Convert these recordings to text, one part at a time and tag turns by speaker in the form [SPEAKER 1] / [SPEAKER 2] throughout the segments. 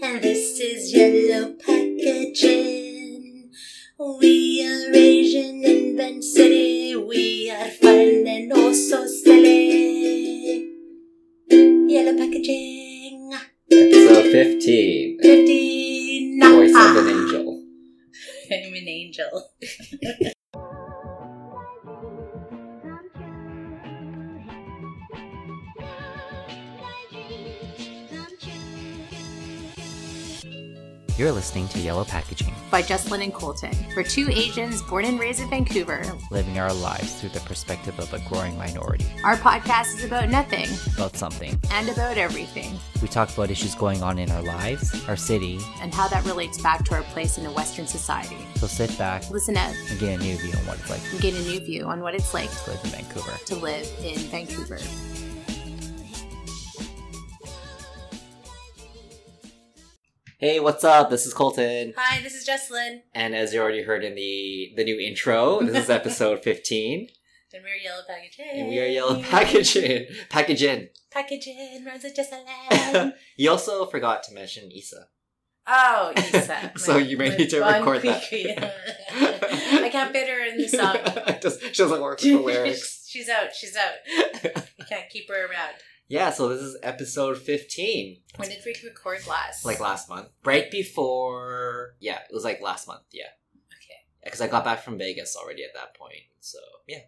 [SPEAKER 1] Now this is yellow packaging. We are Asian in Ben City. We are fun and also silly. Yellow packaging.
[SPEAKER 2] Episode 15
[SPEAKER 1] 15.
[SPEAKER 2] Voice of an Angel.
[SPEAKER 1] Ah. I'm an angel.
[SPEAKER 3] You're listening to Yellow Packaging,
[SPEAKER 4] by Jocelyn and Colton. We're two Asians born and raised in Vancouver.
[SPEAKER 3] living our lives through the perspective of a growing minority
[SPEAKER 4] Our podcast is about nothing
[SPEAKER 3] about something.
[SPEAKER 4] and about everything,
[SPEAKER 3] We talk about issues going on in our lives, our city,
[SPEAKER 4] and how that relates back to our place in a Western society.
[SPEAKER 3] so sit back
[SPEAKER 4] Listen up
[SPEAKER 3] and get a new view on what it's like
[SPEAKER 4] and get a new view on what it's like
[SPEAKER 3] to live in Vancouver.
[SPEAKER 4] to live in Vancouver.
[SPEAKER 2] Hey, what's up? This is Colton.
[SPEAKER 1] Hi, this is Jocelyn.
[SPEAKER 2] And as you already heard in the, the new intro, this is episode 15.
[SPEAKER 1] And we're yellow packaging.
[SPEAKER 2] And we are Yellow Packaging. Packaging.
[SPEAKER 1] Packaging rhymes with Jocelyn.
[SPEAKER 2] You also forgot to mention Issa.
[SPEAKER 1] Oh, Issa.
[SPEAKER 2] So you may need to record that.
[SPEAKER 1] I can't fit her in the song.
[SPEAKER 2] Just, she doesn't work with the lyrics.
[SPEAKER 1] she's out. She's out. You can't keep her around.
[SPEAKER 2] yeah, so this is episode 15.
[SPEAKER 1] When did we record last?
[SPEAKER 2] Like last month. Right before. Yeah, it was like last month. Yeah.
[SPEAKER 1] Okay.
[SPEAKER 2] Because I got back from Vegas already at that point. So, yeah.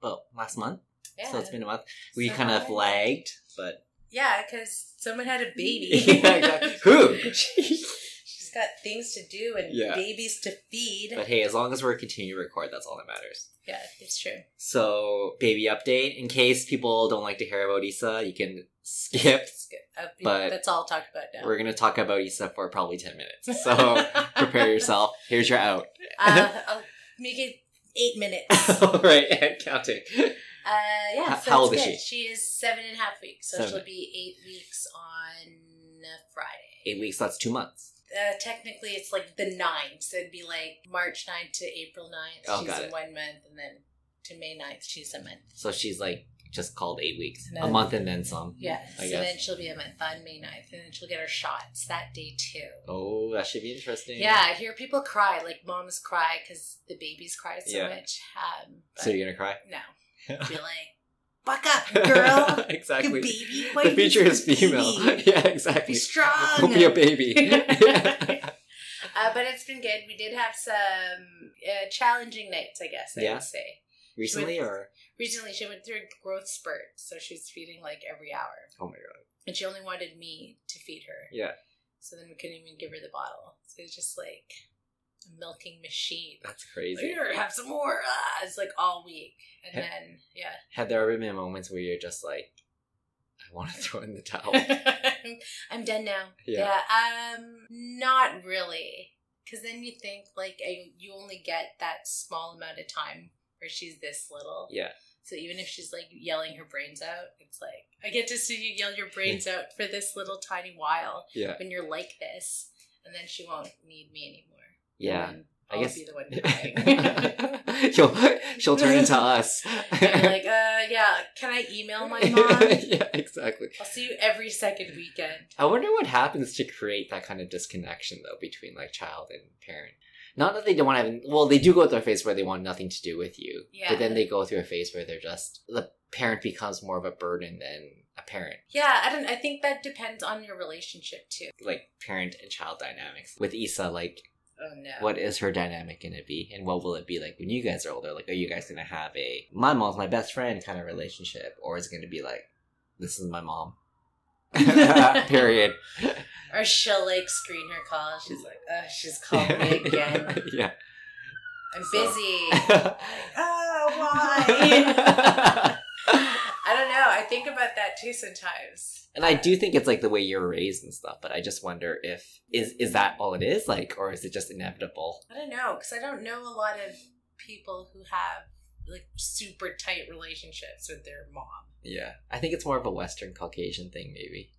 [SPEAKER 2] Well, last month.
[SPEAKER 1] Yeah.
[SPEAKER 2] So it's been a month. We
[SPEAKER 1] So
[SPEAKER 2] kind of
[SPEAKER 1] hard.
[SPEAKER 2] lagged, but
[SPEAKER 1] Yeah, because someone had a baby.
[SPEAKER 2] Yeah, exactly. Who?
[SPEAKER 1] she's got things to do and
[SPEAKER 2] Yeah.
[SPEAKER 1] babies to feed.
[SPEAKER 2] but hey, as long as we're continuing to record, that's all that matters.
[SPEAKER 1] yeah, it's true.
[SPEAKER 2] So baby update. In case people don't like to hear about Issa, you can skip.
[SPEAKER 1] It's good. Uh,
[SPEAKER 2] But-
[SPEAKER 1] that's all talked about now.
[SPEAKER 2] We're gonna talk about Issa for probably ten minutes. So prepare yourself. Here's your out.
[SPEAKER 1] uh, I'll make it eight minutes.
[SPEAKER 2] all right, and counting.
[SPEAKER 1] Uh, yeah.
[SPEAKER 2] H-
[SPEAKER 1] so
[SPEAKER 2] how
[SPEAKER 1] it's
[SPEAKER 2] old is
[SPEAKER 1] good.
[SPEAKER 2] she?
[SPEAKER 1] is seven and a half weeks, so
[SPEAKER 2] Seven.
[SPEAKER 1] she'll be eight weeks on Friday.
[SPEAKER 2] Eight weeks. That's two months.
[SPEAKER 1] Uh, technically, it's like the 9th, so it'd be like March 9th to April 9th.
[SPEAKER 2] Oh,
[SPEAKER 1] she's
[SPEAKER 2] got
[SPEAKER 1] in
[SPEAKER 2] it.
[SPEAKER 1] one month, and then to May 9th, she's a month.
[SPEAKER 2] So she's like just called eight weeks,
[SPEAKER 1] And
[SPEAKER 2] a
[SPEAKER 1] then-
[SPEAKER 2] month, and then some.
[SPEAKER 1] Yeah,
[SPEAKER 2] I
[SPEAKER 1] so
[SPEAKER 2] guess.
[SPEAKER 1] then she'll be a month on May 9th, and then she'll get her shots that day too.
[SPEAKER 2] Oh, that should be interesting.
[SPEAKER 1] Yeah, I hear people cry, like moms cry because the babies cry so
[SPEAKER 2] Yeah.
[SPEAKER 1] much. Um, but
[SPEAKER 2] So you're gonna cry,
[SPEAKER 1] no, be like, buck up, girl,
[SPEAKER 2] exactly.
[SPEAKER 1] you baby. Why
[SPEAKER 2] the
[SPEAKER 1] you
[SPEAKER 2] feature is
[SPEAKER 1] baby?
[SPEAKER 2] female. Yeah, exactly.
[SPEAKER 1] Be strong.
[SPEAKER 2] Don't be a baby.
[SPEAKER 1] Uh, but it's been good. We did have some uh, challenging nights, I guess I
[SPEAKER 2] Yeah.
[SPEAKER 1] would say.
[SPEAKER 2] Recently, or
[SPEAKER 1] Recently, she went through a growth spurt, so she was feeding like every hour,
[SPEAKER 2] oh my god,
[SPEAKER 1] and she only wanted me to feed her.
[SPEAKER 2] Yeah.
[SPEAKER 1] So then we couldn't even give her the bottle. So it's just like a milking machine.
[SPEAKER 2] that's crazy.
[SPEAKER 1] Here, have some more. Ah, it's like all week, and
[SPEAKER 2] Heh.
[SPEAKER 1] then yeah.
[SPEAKER 2] Have there ever been moments where you're just like, I want to throw in the towel?
[SPEAKER 1] I'm done now.
[SPEAKER 2] Yeah.
[SPEAKER 1] Yeah, Um, not really, because then you think like I, you only get that small amount of time where she's this little.
[SPEAKER 2] yeah,
[SPEAKER 1] So even if she's like yelling her brains out, it's like I get to see you yell your brains out for this little tiny while
[SPEAKER 2] yeah,
[SPEAKER 1] when you're like this, and then she won't need me anymore.
[SPEAKER 2] yeah.
[SPEAKER 1] And then
[SPEAKER 2] I
[SPEAKER 1] I'll
[SPEAKER 2] guess-
[SPEAKER 1] be the one crying.
[SPEAKER 2] She'll she'll turn into us.
[SPEAKER 1] And you're like, uh, yeah. Can I email my mom?
[SPEAKER 2] yeah, exactly.
[SPEAKER 1] I'll see you every second weekend.
[SPEAKER 2] I wonder what happens to create that kind of disconnection though between like child and parent. Not that they don't want to have well, they do go through a phase where they want nothing to do with you.
[SPEAKER 1] Yeah.
[SPEAKER 2] But then they go through a phase where they're just the parent becomes more of a burden than a parent.
[SPEAKER 1] Yeah, I don't. I think that depends on your relationship too.
[SPEAKER 2] Like parent and child dynamics. With Issa, like
[SPEAKER 1] Oh no.
[SPEAKER 2] what is her dynamic gonna be? And what will it be like when you guys are older? Like are you guys gonna have a my mom's my best friend kind of relationship? Or is it gonna be like, This is my mom? Period.
[SPEAKER 1] Or she'll like screen her call. She's like, oh, she's called me again.
[SPEAKER 2] yeah.
[SPEAKER 1] I'm
[SPEAKER 2] So-
[SPEAKER 1] busy. oh, why? I don't know. I think about that too sometimes.
[SPEAKER 2] and I do think it's like the way you're raised and stuff, but I just wonder if is is that all it is like, or is it just inevitable?
[SPEAKER 1] I don't know because I don't know a lot of people who have like super tight relationships with their mom.
[SPEAKER 2] Yeah, I think it's more of a Western Caucasian thing, maybe.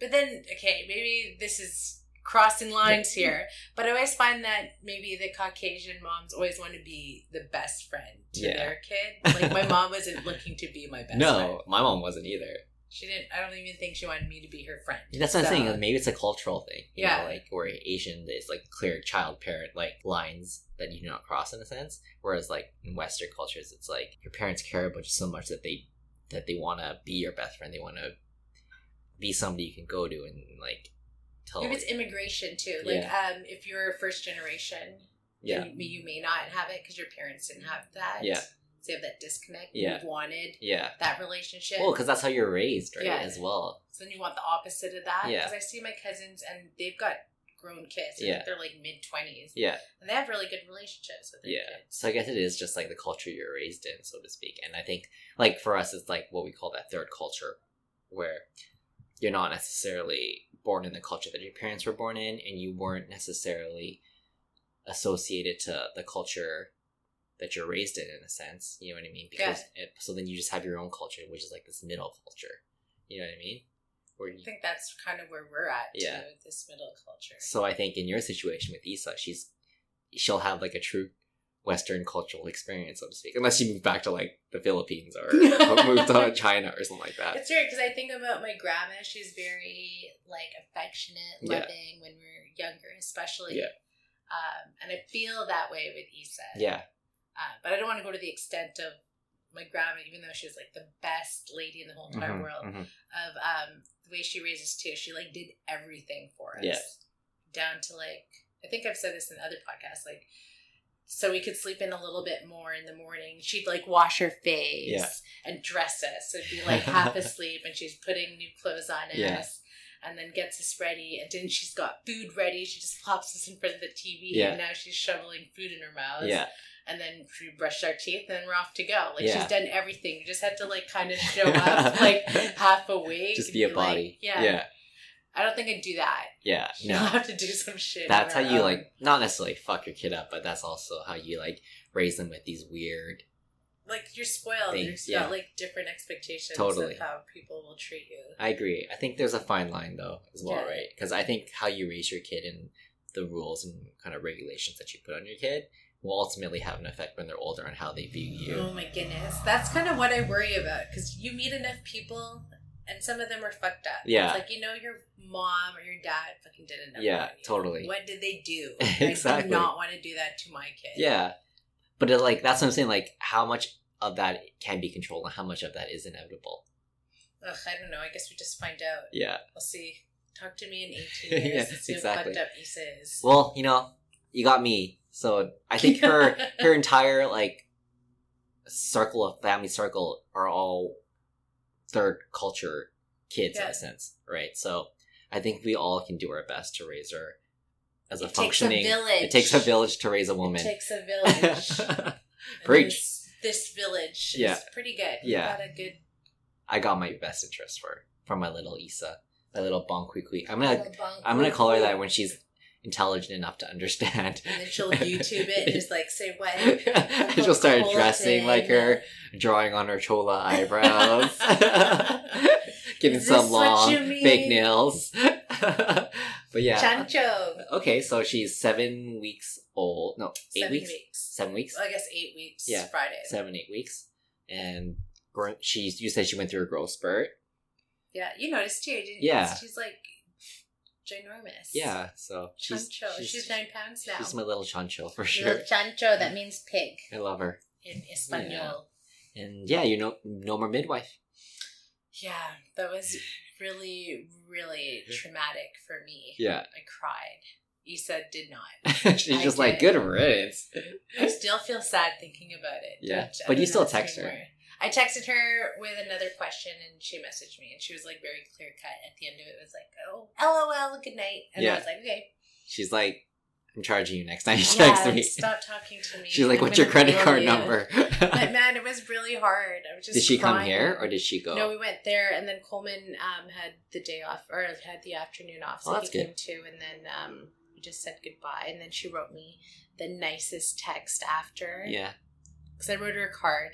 [SPEAKER 1] But then, okay, maybe this is crossing lines here. But I always find that maybe the Caucasian moms always want to be the best friend to
[SPEAKER 2] Yeah.
[SPEAKER 1] their kid. Like my mom wasn't looking to be my best friend.
[SPEAKER 2] no, my mom wasn't either.
[SPEAKER 1] She didn't. I don't even think she wanted me to be her friend.
[SPEAKER 2] That's what I'm
[SPEAKER 1] So-
[SPEAKER 2] saying. Maybe it's a cultural thing. You
[SPEAKER 1] Yeah.
[SPEAKER 2] Know, like where Asian is like clear child parent like lines that you do not cross in a sense. Whereas like in Western cultures, it's like your parents care about you so much that they that they want to be your best friend. They want to be somebody you can go to and like tell.
[SPEAKER 1] Maybe it's immigration too. Like, um, if you're first generation,
[SPEAKER 2] yeah.
[SPEAKER 1] you, you may not have it because your parents didn't have that.
[SPEAKER 2] Yeah.
[SPEAKER 1] So you have that disconnect.
[SPEAKER 2] Yeah.
[SPEAKER 1] You wanted
[SPEAKER 2] Yeah.
[SPEAKER 1] that relationship.
[SPEAKER 2] Well, because that's how you're raised, right?
[SPEAKER 1] Yeah.
[SPEAKER 2] As well.
[SPEAKER 1] so then you want the opposite of that.
[SPEAKER 2] Yeah.
[SPEAKER 1] Because I see my cousins and they've got grown kids. and
[SPEAKER 2] Yeah.
[SPEAKER 1] They're like mid 20s.
[SPEAKER 2] Yeah.
[SPEAKER 1] And they have really good relationships with their
[SPEAKER 2] Yeah.
[SPEAKER 1] kids.
[SPEAKER 2] So I guess it is just like the culture you're raised in, so to speak. And I think like for us it's like what we call that third culture where you're not necessarily born in the culture that your parents were born in and you weren't necessarily associated to the culture that you're raised in in a sense, you know what I mean?
[SPEAKER 1] Yeah.
[SPEAKER 2] Because it, so then you just have your own culture, which is like this middle culture. You know what I mean? Where you,
[SPEAKER 1] I think that's kind of where we're at too,
[SPEAKER 2] Yeah.
[SPEAKER 1] with this middle culture.
[SPEAKER 2] So I think in your situation with Issa, she's she'll have like a true Western cultural experience, so to speak, unless you move back to like the Philippines or move to China or something like that.
[SPEAKER 1] It's weird because I think about my grandma. She's very like affectionate,
[SPEAKER 2] Yeah.
[SPEAKER 1] loving when we're younger, especially.
[SPEAKER 2] Yeah.
[SPEAKER 1] Um, and I feel that way with Issa.
[SPEAKER 2] Yeah,
[SPEAKER 1] Uh, but I don't want to go to the extent of my grandma, even though she was like the best lady in the whole entire
[SPEAKER 2] Mhm,
[SPEAKER 1] world.
[SPEAKER 2] mhm.
[SPEAKER 1] Of um, the way she raised us too, she like did everything for us.
[SPEAKER 2] Yeah.
[SPEAKER 1] Down to like, I think I've said this in other podcasts, like. So we could sleep in a little bit more in the morning. She'd like wash her face
[SPEAKER 2] Yeah.
[SPEAKER 1] and dress us. It'd be like half asleep, and she's putting new clothes on
[SPEAKER 2] Yeah.
[SPEAKER 1] us, and then gets us ready. And then she's got food ready. She just plops us in front of the TV,
[SPEAKER 2] Yeah.
[SPEAKER 1] and now she's shoveling food in her mouth
[SPEAKER 2] yeah,
[SPEAKER 1] and then we brushed our teeth and then we're off to go. Like
[SPEAKER 2] Yeah.
[SPEAKER 1] she's done everything. You just had to like kind of show up like half awake.
[SPEAKER 2] just
[SPEAKER 1] and
[SPEAKER 2] be a
[SPEAKER 1] like-
[SPEAKER 2] body.
[SPEAKER 1] yeah.
[SPEAKER 2] yeah,
[SPEAKER 1] I don't think I'd do that.
[SPEAKER 2] yeah.
[SPEAKER 1] You'll
[SPEAKER 2] No,
[SPEAKER 1] have to do some shit.
[SPEAKER 2] that's how
[SPEAKER 1] on her
[SPEAKER 2] you
[SPEAKER 1] own.
[SPEAKER 2] like not necessarily fuck your kid up, but that's also how you like raise them with these weird.
[SPEAKER 1] like you're spoiled.
[SPEAKER 2] Things,
[SPEAKER 1] There's
[SPEAKER 2] yeah.
[SPEAKER 1] got like different expectations
[SPEAKER 2] Totally.
[SPEAKER 1] of how people will treat you.
[SPEAKER 2] I agree. I think there's a fine line though as well,
[SPEAKER 1] Yeah.
[SPEAKER 2] right? Because I think how you raise your kid and the rules and kind of regulations that you put on your kid will ultimately have an effect when they're older on how they view you.
[SPEAKER 1] Oh my goodness, that's kind of what I worry about because you meet enough people. And some of them are fucked up.
[SPEAKER 2] Yeah.
[SPEAKER 1] It's like, you know, your mom or your dad fucking did a number
[SPEAKER 2] Yeah,
[SPEAKER 1] on you.
[SPEAKER 2] totally.
[SPEAKER 1] What did they do? I do
[SPEAKER 2] Exactly.
[SPEAKER 1] not want to do that to my kid.
[SPEAKER 2] Yeah. But it, like that's what I'm saying. Like how much of that can be controlled and how much of that is inevitable.
[SPEAKER 1] Ugh, I don't know. I guess we just find out.
[SPEAKER 2] Yeah.
[SPEAKER 1] We'll see. Talk to me in 18 years
[SPEAKER 2] Yeah,
[SPEAKER 1] and see
[SPEAKER 2] exactly.
[SPEAKER 1] how fucked up Issa is.
[SPEAKER 2] Well, you know, you got me. So I think her her entire like circle of family circle are all third culture kids in
[SPEAKER 1] Yeah.
[SPEAKER 2] a sense, right? So I think we all can do our best to raise her as a
[SPEAKER 1] It takes a
[SPEAKER 2] functioning.
[SPEAKER 1] village.
[SPEAKER 2] It takes a village to raise a
[SPEAKER 1] It
[SPEAKER 2] woman.
[SPEAKER 1] takes a village. And
[SPEAKER 2] Preach.
[SPEAKER 1] This, this village
[SPEAKER 2] Yeah.
[SPEAKER 1] is pretty good.
[SPEAKER 2] Yeah.
[SPEAKER 1] Got a good
[SPEAKER 2] I got my best interest for from my little Issa, my little Bonquiqui. I'm gonna
[SPEAKER 1] little bunk.
[SPEAKER 2] I'm gonna call her that when she's intelligent enough to understand.
[SPEAKER 1] And then she'll YouTube it and just like say what?
[SPEAKER 2] She'll start dressing like her, drawing on her chola eyebrows, getting
[SPEAKER 1] Is
[SPEAKER 2] some
[SPEAKER 1] this what
[SPEAKER 2] long
[SPEAKER 1] you mean?
[SPEAKER 2] fake nails. but yeah,
[SPEAKER 1] Chancho.
[SPEAKER 2] okay. So she's seven weeks old. No, eight
[SPEAKER 1] Seven
[SPEAKER 2] weeks.
[SPEAKER 1] weeks.
[SPEAKER 2] Seven weeks.
[SPEAKER 1] Well, I guess eight weeks
[SPEAKER 2] Yeah.
[SPEAKER 1] Friday.
[SPEAKER 2] Seven eight weeks, and gr- she's. You said she went through a growth spurt.
[SPEAKER 1] Yeah. You noticed too, didn't
[SPEAKER 2] Yeah.
[SPEAKER 1] you? She's like ginormous.
[SPEAKER 2] Yeah. So she's
[SPEAKER 1] Chancho. She's, nine pounds now.
[SPEAKER 2] She's my little chancho for
[SPEAKER 1] Little
[SPEAKER 2] sure.
[SPEAKER 1] chancho, that means pig
[SPEAKER 2] I love her.
[SPEAKER 1] in Espanol.
[SPEAKER 2] And yeah, you know, no more midwife.
[SPEAKER 1] Yeah. that was really, really traumatic for me.
[SPEAKER 2] Yeah.
[SPEAKER 1] I cried. Issa did not.
[SPEAKER 2] she's
[SPEAKER 1] I
[SPEAKER 2] just like
[SPEAKER 1] did.
[SPEAKER 2] good riddance.
[SPEAKER 1] I still feel sad thinking about it.
[SPEAKER 2] Yeah,
[SPEAKER 1] Don't- I
[SPEAKER 2] but you
[SPEAKER 1] don't
[SPEAKER 2] still
[SPEAKER 1] ask me
[SPEAKER 2] text her.
[SPEAKER 1] more. I texted her with another question and she messaged me and she was like very clear cut at the end of it. It was like, oh, lol, good night. And
[SPEAKER 2] Yeah.
[SPEAKER 1] I was like, okay.
[SPEAKER 2] She's like, I'm charging you next time you
[SPEAKER 1] yeah,
[SPEAKER 2] text me.
[SPEAKER 1] Stop talking to me.
[SPEAKER 2] She's like,
[SPEAKER 1] I'm
[SPEAKER 2] what's your
[SPEAKER 1] gonna
[SPEAKER 2] credit
[SPEAKER 1] bill
[SPEAKER 2] card
[SPEAKER 1] you."
[SPEAKER 2] number?
[SPEAKER 1] But man, it was really hard. I was just
[SPEAKER 2] Did she come
[SPEAKER 1] crying.
[SPEAKER 2] here or did she go?
[SPEAKER 1] No, we went there, and then Coleman um, had the day off or had the afternoon off, so
[SPEAKER 2] Oh,
[SPEAKER 1] he
[SPEAKER 2] that's good.
[SPEAKER 1] came too. And then um, we just said goodbye, and then she wrote me the nicest text after.
[SPEAKER 2] yeah.
[SPEAKER 1] because I wrote her a card,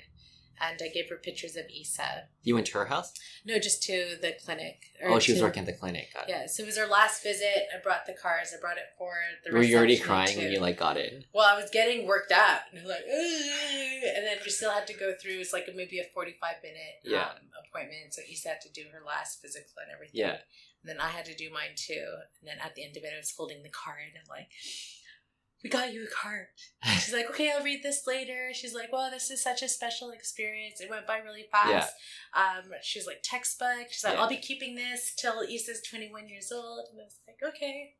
[SPEAKER 1] and I gave her pictures of Issa.
[SPEAKER 2] You went to her house?
[SPEAKER 1] No, just to the clinic. or
[SPEAKER 2] Oh, she was
[SPEAKER 1] to-
[SPEAKER 2] working at the clinic. Got it.
[SPEAKER 1] Yeah, so it was our last visit. I brought the cars. I brought it for the.
[SPEAKER 2] Were you already
[SPEAKER 1] reception
[SPEAKER 2] crying
[SPEAKER 1] too.
[SPEAKER 2] when you like got in?
[SPEAKER 1] Well, I was getting worked up, and I'm like, "Ugh," and then we still had to go through. It's like maybe a forty-five minute
[SPEAKER 2] Yeah.
[SPEAKER 1] um, appointment. So Issa had to do her last physical and everything.
[SPEAKER 2] Yeah.
[SPEAKER 1] And then I had to do mine too. And then at the end of it, I was holding the card. I'm like, "We got you a card." She's like, "Okay, I'll read this later." She's like, "Well, this is such a special experience. It went by really fast." Um, she was like, "Textbook." She's like,
[SPEAKER 2] Yeah.
[SPEAKER 1] "I'll be keeping this till Issa's 21 years old." And I was like, "Okay."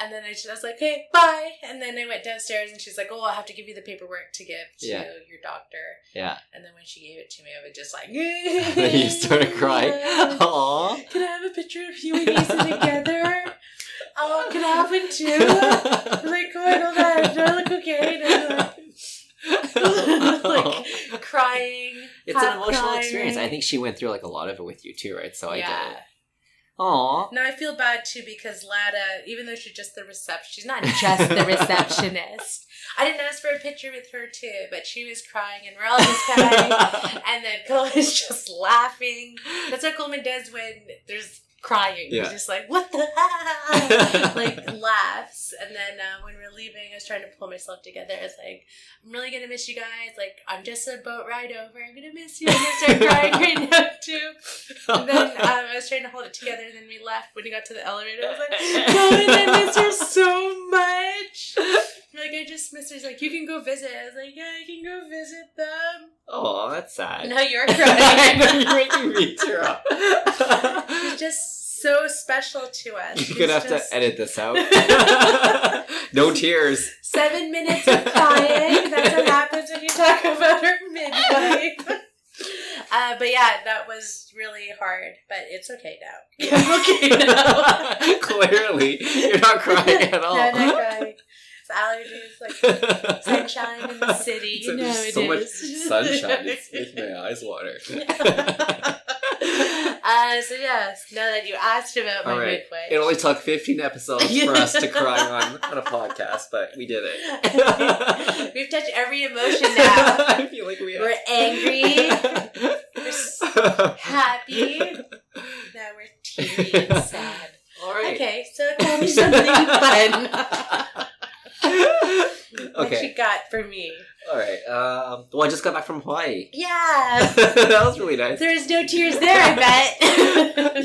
[SPEAKER 1] And then I, just, I was like, "Okay, bye." And then I went downstairs, and she's like, "Oh, I'll have to give you the paperwork to give to
[SPEAKER 2] Yeah.
[SPEAKER 1] your doctor."
[SPEAKER 2] Yeah.
[SPEAKER 1] And then when she gave it to me, I was just like,
[SPEAKER 2] you started crying. Aww.
[SPEAKER 1] Can I have a picture of you and Issa together? Oh, can I have one too? I'm
[SPEAKER 2] Too.
[SPEAKER 1] like, oh my god, do I look okay? And I'm like crying.
[SPEAKER 2] it's an
[SPEAKER 1] half
[SPEAKER 2] emotional
[SPEAKER 1] crying.
[SPEAKER 2] experience. I think she went through like a lot of it with you too, right? So I
[SPEAKER 1] Yeah.
[SPEAKER 2] did. Aw.
[SPEAKER 1] Now I feel bad too because Lada, even though she's just the reception, she's not just the receptionist. I didn't ask for a picture with her too, but she was crying and we're all just crying. and then Cole is just laughing. That's what Coleman does when there's crying.
[SPEAKER 2] Yeah.
[SPEAKER 1] He's just like, what the hell? like laughs. And then uh, when we were leaving, I was trying to pull myself together. I was like, I'm really going to miss you guys. Like, I'm just a boat ride over. I'm going to miss you. I'm going to start crying right now too. And then um, I was trying to hold it together. And then we left. When we got to the elevator, I was like, Coleman, I miss her so much. I'm like, I just miss her. He's like, you can go visit. I was like, yeah, I can go visit them.
[SPEAKER 2] Aw, that's sad.
[SPEAKER 1] Now you're
[SPEAKER 2] I
[SPEAKER 1] crying.
[SPEAKER 2] know, you made me tear up.
[SPEAKER 1] He's just so special to us.
[SPEAKER 2] You're gonna
[SPEAKER 1] He's
[SPEAKER 2] have
[SPEAKER 1] just-
[SPEAKER 2] to edit this out. no tears.
[SPEAKER 1] Seven minutes of crying. That's what happens when you talk about her midwife. Uh, but yeah, that was really hard, but it's okay now. I'm okay now.
[SPEAKER 2] Clearly, you're not crying at all.
[SPEAKER 1] No, not crying. It's allergies, like sunshine in the city.
[SPEAKER 2] So
[SPEAKER 1] no,
[SPEAKER 2] there's
[SPEAKER 1] it
[SPEAKER 2] so much
[SPEAKER 1] is.
[SPEAKER 2] sunshine. It's making my eyes water.
[SPEAKER 1] uh, so yes, now that you asked about my
[SPEAKER 2] All right.
[SPEAKER 1] midwife,
[SPEAKER 2] It only took 15 episodes for us to cry on on a podcast, but we did it.
[SPEAKER 1] We've touched every emotion now.
[SPEAKER 2] I feel like we
[SPEAKER 1] We're
[SPEAKER 2] have.
[SPEAKER 1] angry, happy. Now we're teary and sad.
[SPEAKER 2] All right.
[SPEAKER 1] Okay, so tell me something fun that you
[SPEAKER 2] okay.
[SPEAKER 1] got for me.
[SPEAKER 2] All right. Um, well, I just got back from Hawaii.
[SPEAKER 1] Yeah,
[SPEAKER 2] that was really nice.
[SPEAKER 1] there's no tears there. I bet.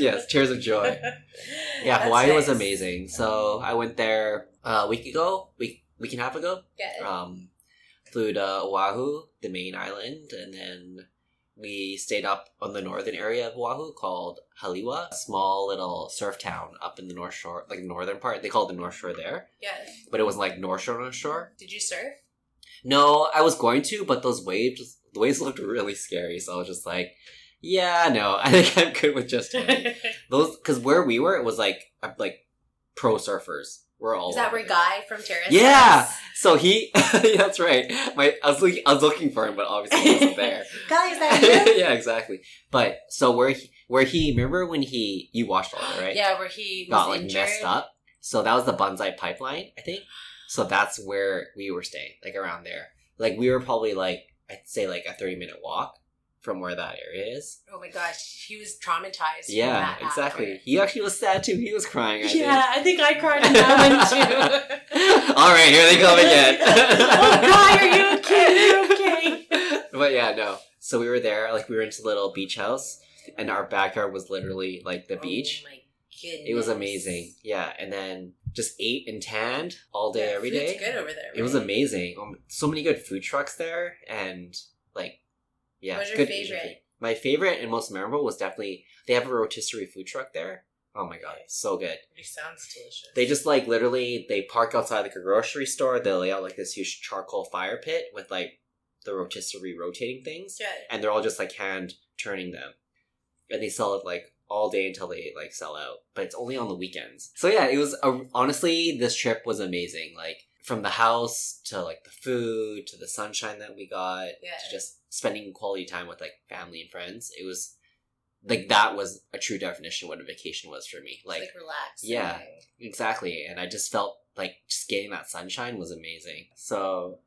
[SPEAKER 2] yes, tears of joy. Yeah,
[SPEAKER 1] That's
[SPEAKER 2] Hawaii was
[SPEAKER 1] nice.
[SPEAKER 2] amazing. So I went there uh, a week ago, week week and a half ago.
[SPEAKER 1] Yeah.
[SPEAKER 2] Um, flew to Oahu, the main island, and then we stayed up on the northern area of Oahu called Haliwa, a small little surf town up in the north shore, like northern part. They call it the north shore there,
[SPEAKER 1] yeah.
[SPEAKER 2] but it wasn't like north shore, north shore.
[SPEAKER 1] Did you surf?
[SPEAKER 2] No, I was going to, but those waves, the waves looked really scary. So I was just like, yeah, no, I think I'm good with just swimming. those because where we were, it was like uh, like pro surfers. We're all
[SPEAKER 1] Is that where Guy from Terrace?
[SPEAKER 2] Yeah. So he, yeah, that's right. My I was looking, I was looking for him, but obviously he wasn't there.
[SPEAKER 1] was? Guy is that you?
[SPEAKER 2] yeah, exactly. But so where he, where he, remember when he you watched all that right?
[SPEAKER 1] Yeah, where he
[SPEAKER 2] got
[SPEAKER 1] was
[SPEAKER 2] like
[SPEAKER 1] injured.
[SPEAKER 2] messed up. So that was the Bonsai Pipeline, I think. So that's where we were staying, like around there. Like we were probably like I'd say like a thirty minute walk from where that area is.
[SPEAKER 1] Oh my gosh, he was traumatized. from
[SPEAKER 2] Yeah,
[SPEAKER 1] that
[SPEAKER 2] exactly.
[SPEAKER 1] after.
[SPEAKER 2] He actually was sad too. He was crying. I
[SPEAKER 1] Yeah, I think I cried in that one too.
[SPEAKER 2] Think. All right, here they come again.
[SPEAKER 1] oh God, are you okay? You're okay.
[SPEAKER 2] But yeah, no. So we were there. Like we were in this little beach house, and our backyard was literally like the beach.
[SPEAKER 1] Oh my goodness.
[SPEAKER 2] It was amazing. Yeah, and then just ate and tanned all day, every day.
[SPEAKER 1] It's good over there.
[SPEAKER 2] It was
[SPEAKER 1] right?
[SPEAKER 2] amazing. Um, so many good food trucks there, and like, yeah,
[SPEAKER 1] What was your
[SPEAKER 2] good Asian
[SPEAKER 1] favorite?
[SPEAKER 2] food. My favorite and most memorable was definitely they have a rotisserie food truck there. Oh my god, so good.
[SPEAKER 1] It sounds delicious.
[SPEAKER 2] They just like literally they park outside like a grocery store. They lay out like this huge charcoal fire pit with like the rotisserie rotating things,
[SPEAKER 1] Yeah.
[SPEAKER 2] and they're all just like hand turning them, and they sell it like all day until they like sell out. But it's only on the weekends. So yeah, it was a, honestly this trip was amazing. Like from the house to like the food to the sunshine that we got
[SPEAKER 1] Yeah.
[SPEAKER 2] to just spending quality time with like family and friends. It was like that was a true definition of what a vacation was for me.
[SPEAKER 1] Like,
[SPEAKER 2] Like
[SPEAKER 1] relax.
[SPEAKER 2] yeah. Exactly. And I just felt like just getting that sunshine was amazing. So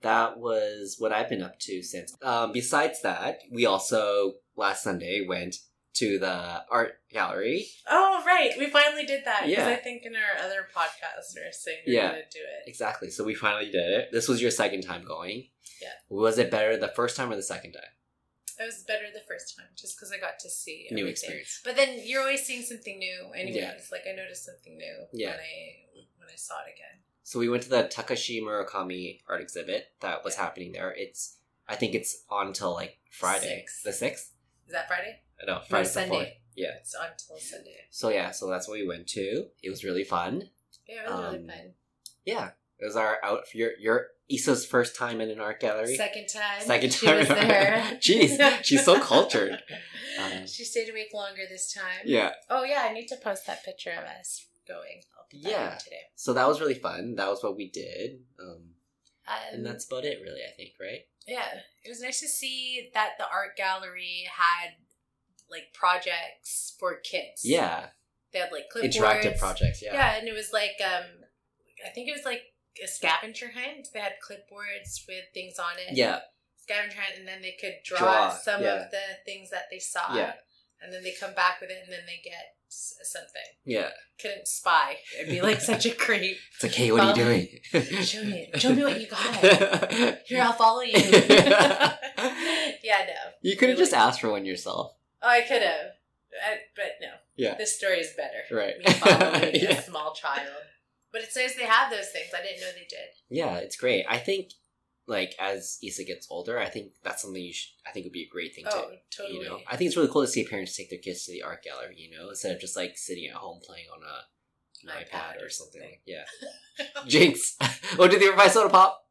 [SPEAKER 2] that was what I've been up to since. Um, besides that, we also last Sunday went to the art gallery.
[SPEAKER 1] Oh, right. We finally did that. Because
[SPEAKER 2] Yeah.
[SPEAKER 1] I think in our other podcast, we were saying we
[SPEAKER 2] Yeah.
[SPEAKER 1] are going to do it.
[SPEAKER 2] Exactly. So we finally did it. This was your second time going.
[SPEAKER 1] Yeah.
[SPEAKER 2] Was it better the first time or the second time?
[SPEAKER 1] It was better the first time just because I got to see
[SPEAKER 2] New
[SPEAKER 1] everything.
[SPEAKER 2] experience.
[SPEAKER 1] But then you're always seeing something new, anyways.
[SPEAKER 2] Yeah.
[SPEAKER 1] Like I noticed something new
[SPEAKER 2] Yeah.
[SPEAKER 1] when I when I saw it again.
[SPEAKER 2] So we went to the Takashi Murakami art exhibit that was happening there. It's I think it's on till like Friday,
[SPEAKER 1] Sixth.
[SPEAKER 2] the sixth.
[SPEAKER 1] Is that Friday?
[SPEAKER 2] No, Friday the
[SPEAKER 1] Sunday.
[SPEAKER 2] fourth. Yeah.
[SPEAKER 1] It's on till Sunday.
[SPEAKER 2] So yeah, so that's what we went to. It was really fun.
[SPEAKER 1] Yeah, it was really
[SPEAKER 2] Um,
[SPEAKER 1] fun.
[SPEAKER 2] Yeah, it was our out your your Issa's first time in an art gallery.
[SPEAKER 1] Second time.
[SPEAKER 2] Second
[SPEAKER 1] She was
[SPEAKER 2] time.
[SPEAKER 1] there.
[SPEAKER 2] Jeez, she's so cultured. Um,
[SPEAKER 1] she stayed a week longer this time.
[SPEAKER 2] Yeah,
[SPEAKER 1] Oh yeah, I need to post that picture of us going. I'll put that
[SPEAKER 2] Yeah.
[SPEAKER 1] in today.
[SPEAKER 2] so that was really fun. That was what we did, um,
[SPEAKER 1] Um,
[SPEAKER 2] and that's about it, really. I think, right?
[SPEAKER 1] yeah, it was nice to see that the art gallery had like projects for kids.
[SPEAKER 2] Yeah,
[SPEAKER 1] they had like clipboards,
[SPEAKER 2] interactive projects.
[SPEAKER 1] Yeah.
[SPEAKER 2] Yeah,
[SPEAKER 1] and it was like um, I think it was like a scavenger hunt. They had clipboards with things on it.
[SPEAKER 2] yeah,
[SPEAKER 1] scavenger hunt, and then they could draw,
[SPEAKER 2] Draw,
[SPEAKER 1] some
[SPEAKER 2] yeah.
[SPEAKER 1] of the things that they saw.
[SPEAKER 2] Yeah.
[SPEAKER 1] and then they come back with it, and then they get s- something.
[SPEAKER 2] yeah.
[SPEAKER 1] Couldn't spy. It'd be like such a creep.
[SPEAKER 2] It's like, hey, what are you doing?
[SPEAKER 1] Show me, show me what you got. Here, I'll follow you. yeah, no.
[SPEAKER 2] you could have just
[SPEAKER 1] Really?
[SPEAKER 2] asked for one yourself.
[SPEAKER 1] Oh, I could have, I- but no.
[SPEAKER 2] Yeah.
[SPEAKER 1] This story is better.
[SPEAKER 2] Right.
[SPEAKER 1] Me following
[SPEAKER 2] Yeah.
[SPEAKER 1] a small child. But it's nice they have those things. I didn't know they did.
[SPEAKER 2] Yeah, it's great. I think, like, as Issa gets older, I think that's something you should. I think would be a great thing to
[SPEAKER 1] Oh, totally.
[SPEAKER 2] You know, I think it's really cool to see parents take their kids to the art gallery. You know, instead of just like sitting at home playing on a an iPad, or something. like- Yeah. Jinx. oh, did they buy soda pop?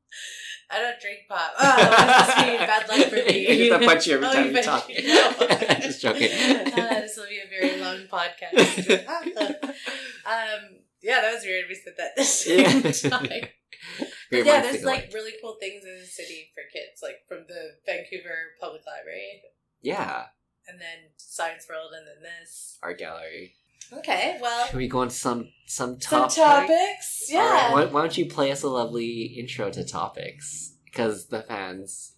[SPEAKER 1] I don't drink pop. Oh, that's just gonna be bad luck for
[SPEAKER 2] you
[SPEAKER 1] me.
[SPEAKER 2] get that punchy every
[SPEAKER 1] Oh,
[SPEAKER 2] time you,
[SPEAKER 1] bet-
[SPEAKER 2] talk.
[SPEAKER 1] No.
[SPEAKER 2] just joking.
[SPEAKER 1] Uh, this will be a very long podcast. um, yeah, that was weird. We said that this same
[SPEAKER 2] Yeah.
[SPEAKER 1] time.
[SPEAKER 2] Very
[SPEAKER 1] But yeah,
[SPEAKER 2] much
[SPEAKER 1] there's
[SPEAKER 2] think
[SPEAKER 1] like
[SPEAKER 2] alike.
[SPEAKER 1] really cool things in the city for kids, like from the Vancouver Public Library,
[SPEAKER 2] yeah,
[SPEAKER 1] and then Science World, and then this.
[SPEAKER 2] art gallery.
[SPEAKER 1] Okay, well,
[SPEAKER 2] Can we go on to some some
[SPEAKER 1] some
[SPEAKER 2] topic?
[SPEAKER 1] topics.
[SPEAKER 2] All right,
[SPEAKER 1] Yeah,
[SPEAKER 2] why, why don't you play us a lovely intro to topics? Because the fans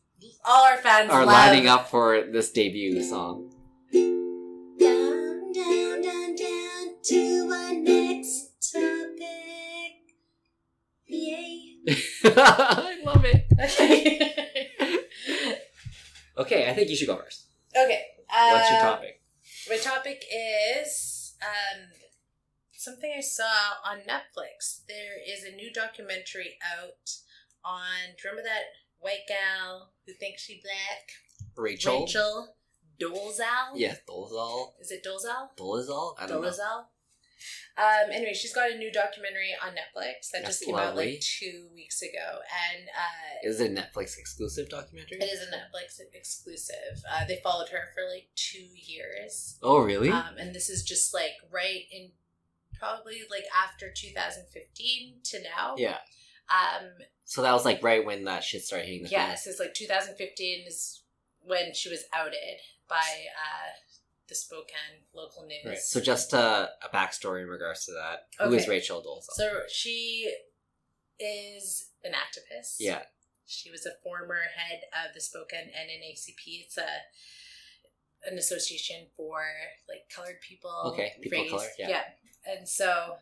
[SPEAKER 1] all our fans
[SPEAKER 2] are
[SPEAKER 1] love.
[SPEAKER 2] lining up for this debut song.
[SPEAKER 1] Down, down, down, down to our next topic. Yay!
[SPEAKER 2] I love it.
[SPEAKER 1] Okay.
[SPEAKER 2] Okay, I think you should go first.
[SPEAKER 1] okay.
[SPEAKER 2] What's your
[SPEAKER 1] um,
[SPEAKER 2] topic?
[SPEAKER 1] My topic is um, something I saw on Netflix. There is a new documentary out on. do you Remember that white gal who thinks she black?
[SPEAKER 2] Rachel.
[SPEAKER 1] Rachel Dolezal.
[SPEAKER 2] Yes, Dolezal.
[SPEAKER 1] Is it Dolezal?
[SPEAKER 2] Dolezal. I don't know.
[SPEAKER 1] Dolezal. Um, anyway, she's got a new documentary on Netflix that
[SPEAKER 2] That's
[SPEAKER 1] just came out
[SPEAKER 2] lovely.
[SPEAKER 1] like two weeks ago, and uh,
[SPEAKER 2] Is it a Netflix exclusive documentary?
[SPEAKER 1] it is a Netflix exclusive. Uh, they followed her for like two years,
[SPEAKER 2] Oh, really?
[SPEAKER 1] um, and this is just like right in probably like after 2015 to now.
[SPEAKER 2] yeah.
[SPEAKER 1] Um,
[SPEAKER 2] So that was like right when that shit started hitting the fan.
[SPEAKER 1] yeah, so it's like 2015 is when she was outed by uh, the Spokane local news.
[SPEAKER 2] Right. So just a, a backstory in regards to that. Who is
[SPEAKER 1] Okay.
[SPEAKER 2] Rachel Dolezal?
[SPEAKER 1] So she is an activist.
[SPEAKER 2] yeah.
[SPEAKER 1] She was a former head of the Spokane NNACP. It's a an association for like colored people.
[SPEAKER 2] Okay, people of color, yeah.
[SPEAKER 1] And so,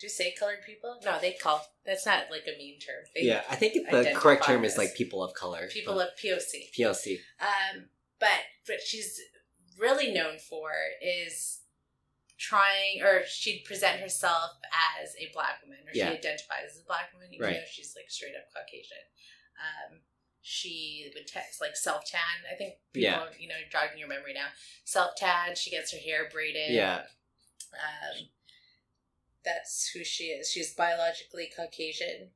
[SPEAKER 1] do you say colored people? No, they call. That's not like a mean term. They,
[SPEAKER 2] yeah. I think the
[SPEAKER 1] identify
[SPEAKER 2] correct term is
[SPEAKER 1] as
[SPEAKER 2] like people of color.
[SPEAKER 1] People of POC.
[SPEAKER 2] PLC.
[SPEAKER 1] Um, but what she's really known for is trying, or she'd present herself as a black woman, or
[SPEAKER 2] Yeah.
[SPEAKER 1] she identifies as a black woman, even
[SPEAKER 2] Right.
[SPEAKER 1] though she's like straight up Caucasian. Um, she would text like self tan. I think people,
[SPEAKER 2] Yeah.
[SPEAKER 1] you know, jogging your memory now. Self tan. She gets her hair braided.
[SPEAKER 2] Yeah.
[SPEAKER 1] Um, that's who she is. She's biologically Caucasian,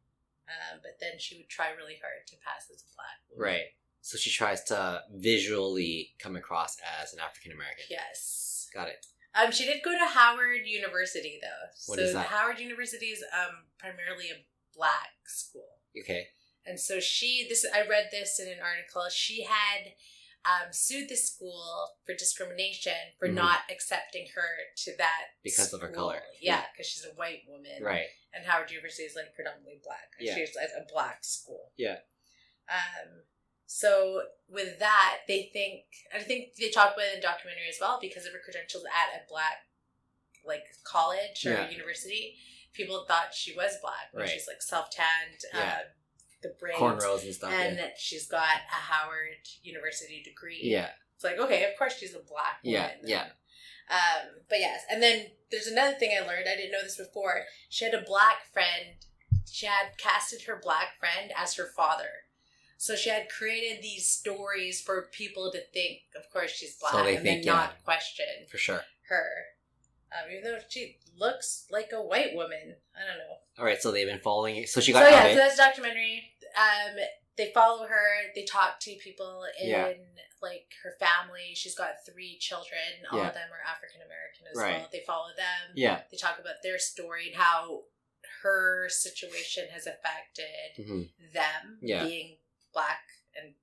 [SPEAKER 1] um, but then she would try really hard to pass as a black woman.
[SPEAKER 2] Right. So she tries to visually come across as an African American.
[SPEAKER 1] Yes.
[SPEAKER 2] Got it.
[SPEAKER 1] Um, she did go to Howard University though.
[SPEAKER 2] What
[SPEAKER 1] so
[SPEAKER 2] is that?
[SPEAKER 1] Howard University is um primarily a black school,
[SPEAKER 2] Okay.
[SPEAKER 1] and so she this I read this in an article. She had um, sued the school for discrimination for
[SPEAKER 2] Mhm.
[SPEAKER 1] not accepting her to that
[SPEAKER 2] Because of her
[SPEAKER 1] school.
[SPEAKER 2] color.
[SPEAKER 1] Yeah, because she's a white woman,
[SPEAKER 2] Right.
[SPEAKER 1] And Howard University is like predominantly black.
[SPEAKER 2] Yeah.
[SPEAKER 1] She's like a black school.
[SPEAKER 2] Yeah.
[SPEAKER 1] Um, so with that, they think I think they talk about it in the documentary as well because of her credentials at a black like college or
[SPEAKER 2] Yeah.
[SPEAKER 1] university. People thought she was black, but
[SPEAKER 2] Right.
[SPEAKER 1] she's like self tanned, uh,
[SPEAKER 2] Yeah.
[SPEAKER 1] the braids,
[SPEAKER 2] cornrows and stuff.
[SPEAKER 1] and
[SPEAKER 2] yeah.
[SPEAKER 1] that she's got a Howard University degree.
[SPEAKER 2] yeah,
[SPEAKER 1] It's like, okay, of course she's a black
[SPEAKER 2] Yeah,
[SPEAKER 1] woman.
[SPEAKER 2] yeah.
[SPEAKER 1] Um, but yes, and then there's another thing I learned. I didn't know this before. She had a black friend. She had casted her black friend as her father. So she had created these stories for people to think, of course, she's black,
[SPEAKER 2] they
[SPEAKER 1] and
[SPEAKER 2] think,
[SPEAKER 1] then not
[SPEAKER 2] yeah.
[SPEAKER 1] question
[SPEAKER 2] for sure.
[SPEAKER 1] her. Um, even though she looks like a white woman. I don't know
[SPEAKER 2] All right, so they've been following. you. So she got
[SPEAKER 1] so yeah,
[SPEAKER 2] outed.
[SPEAKER 1] so that's a documentary. Um, they follow her. They talk to people in
[SPEAKER 2] Yeah.
[SPEAKER 1] like her family. She's got three children. All
[SPEAKER 2] Yeah.
[SPEAKER 1] of them are African American as
[SPEAKER 2] Right.
[SPEAKER 1] well. They follow them.
[SPEAKER 2] yeah,
[SPEAKER 1] They talk about their story and how her situation has affected
[SPEAKER 2] hmm
[SPEAKER 1] them
[SPEAKER 2] Yeah.
[SPEAKER 1] being black and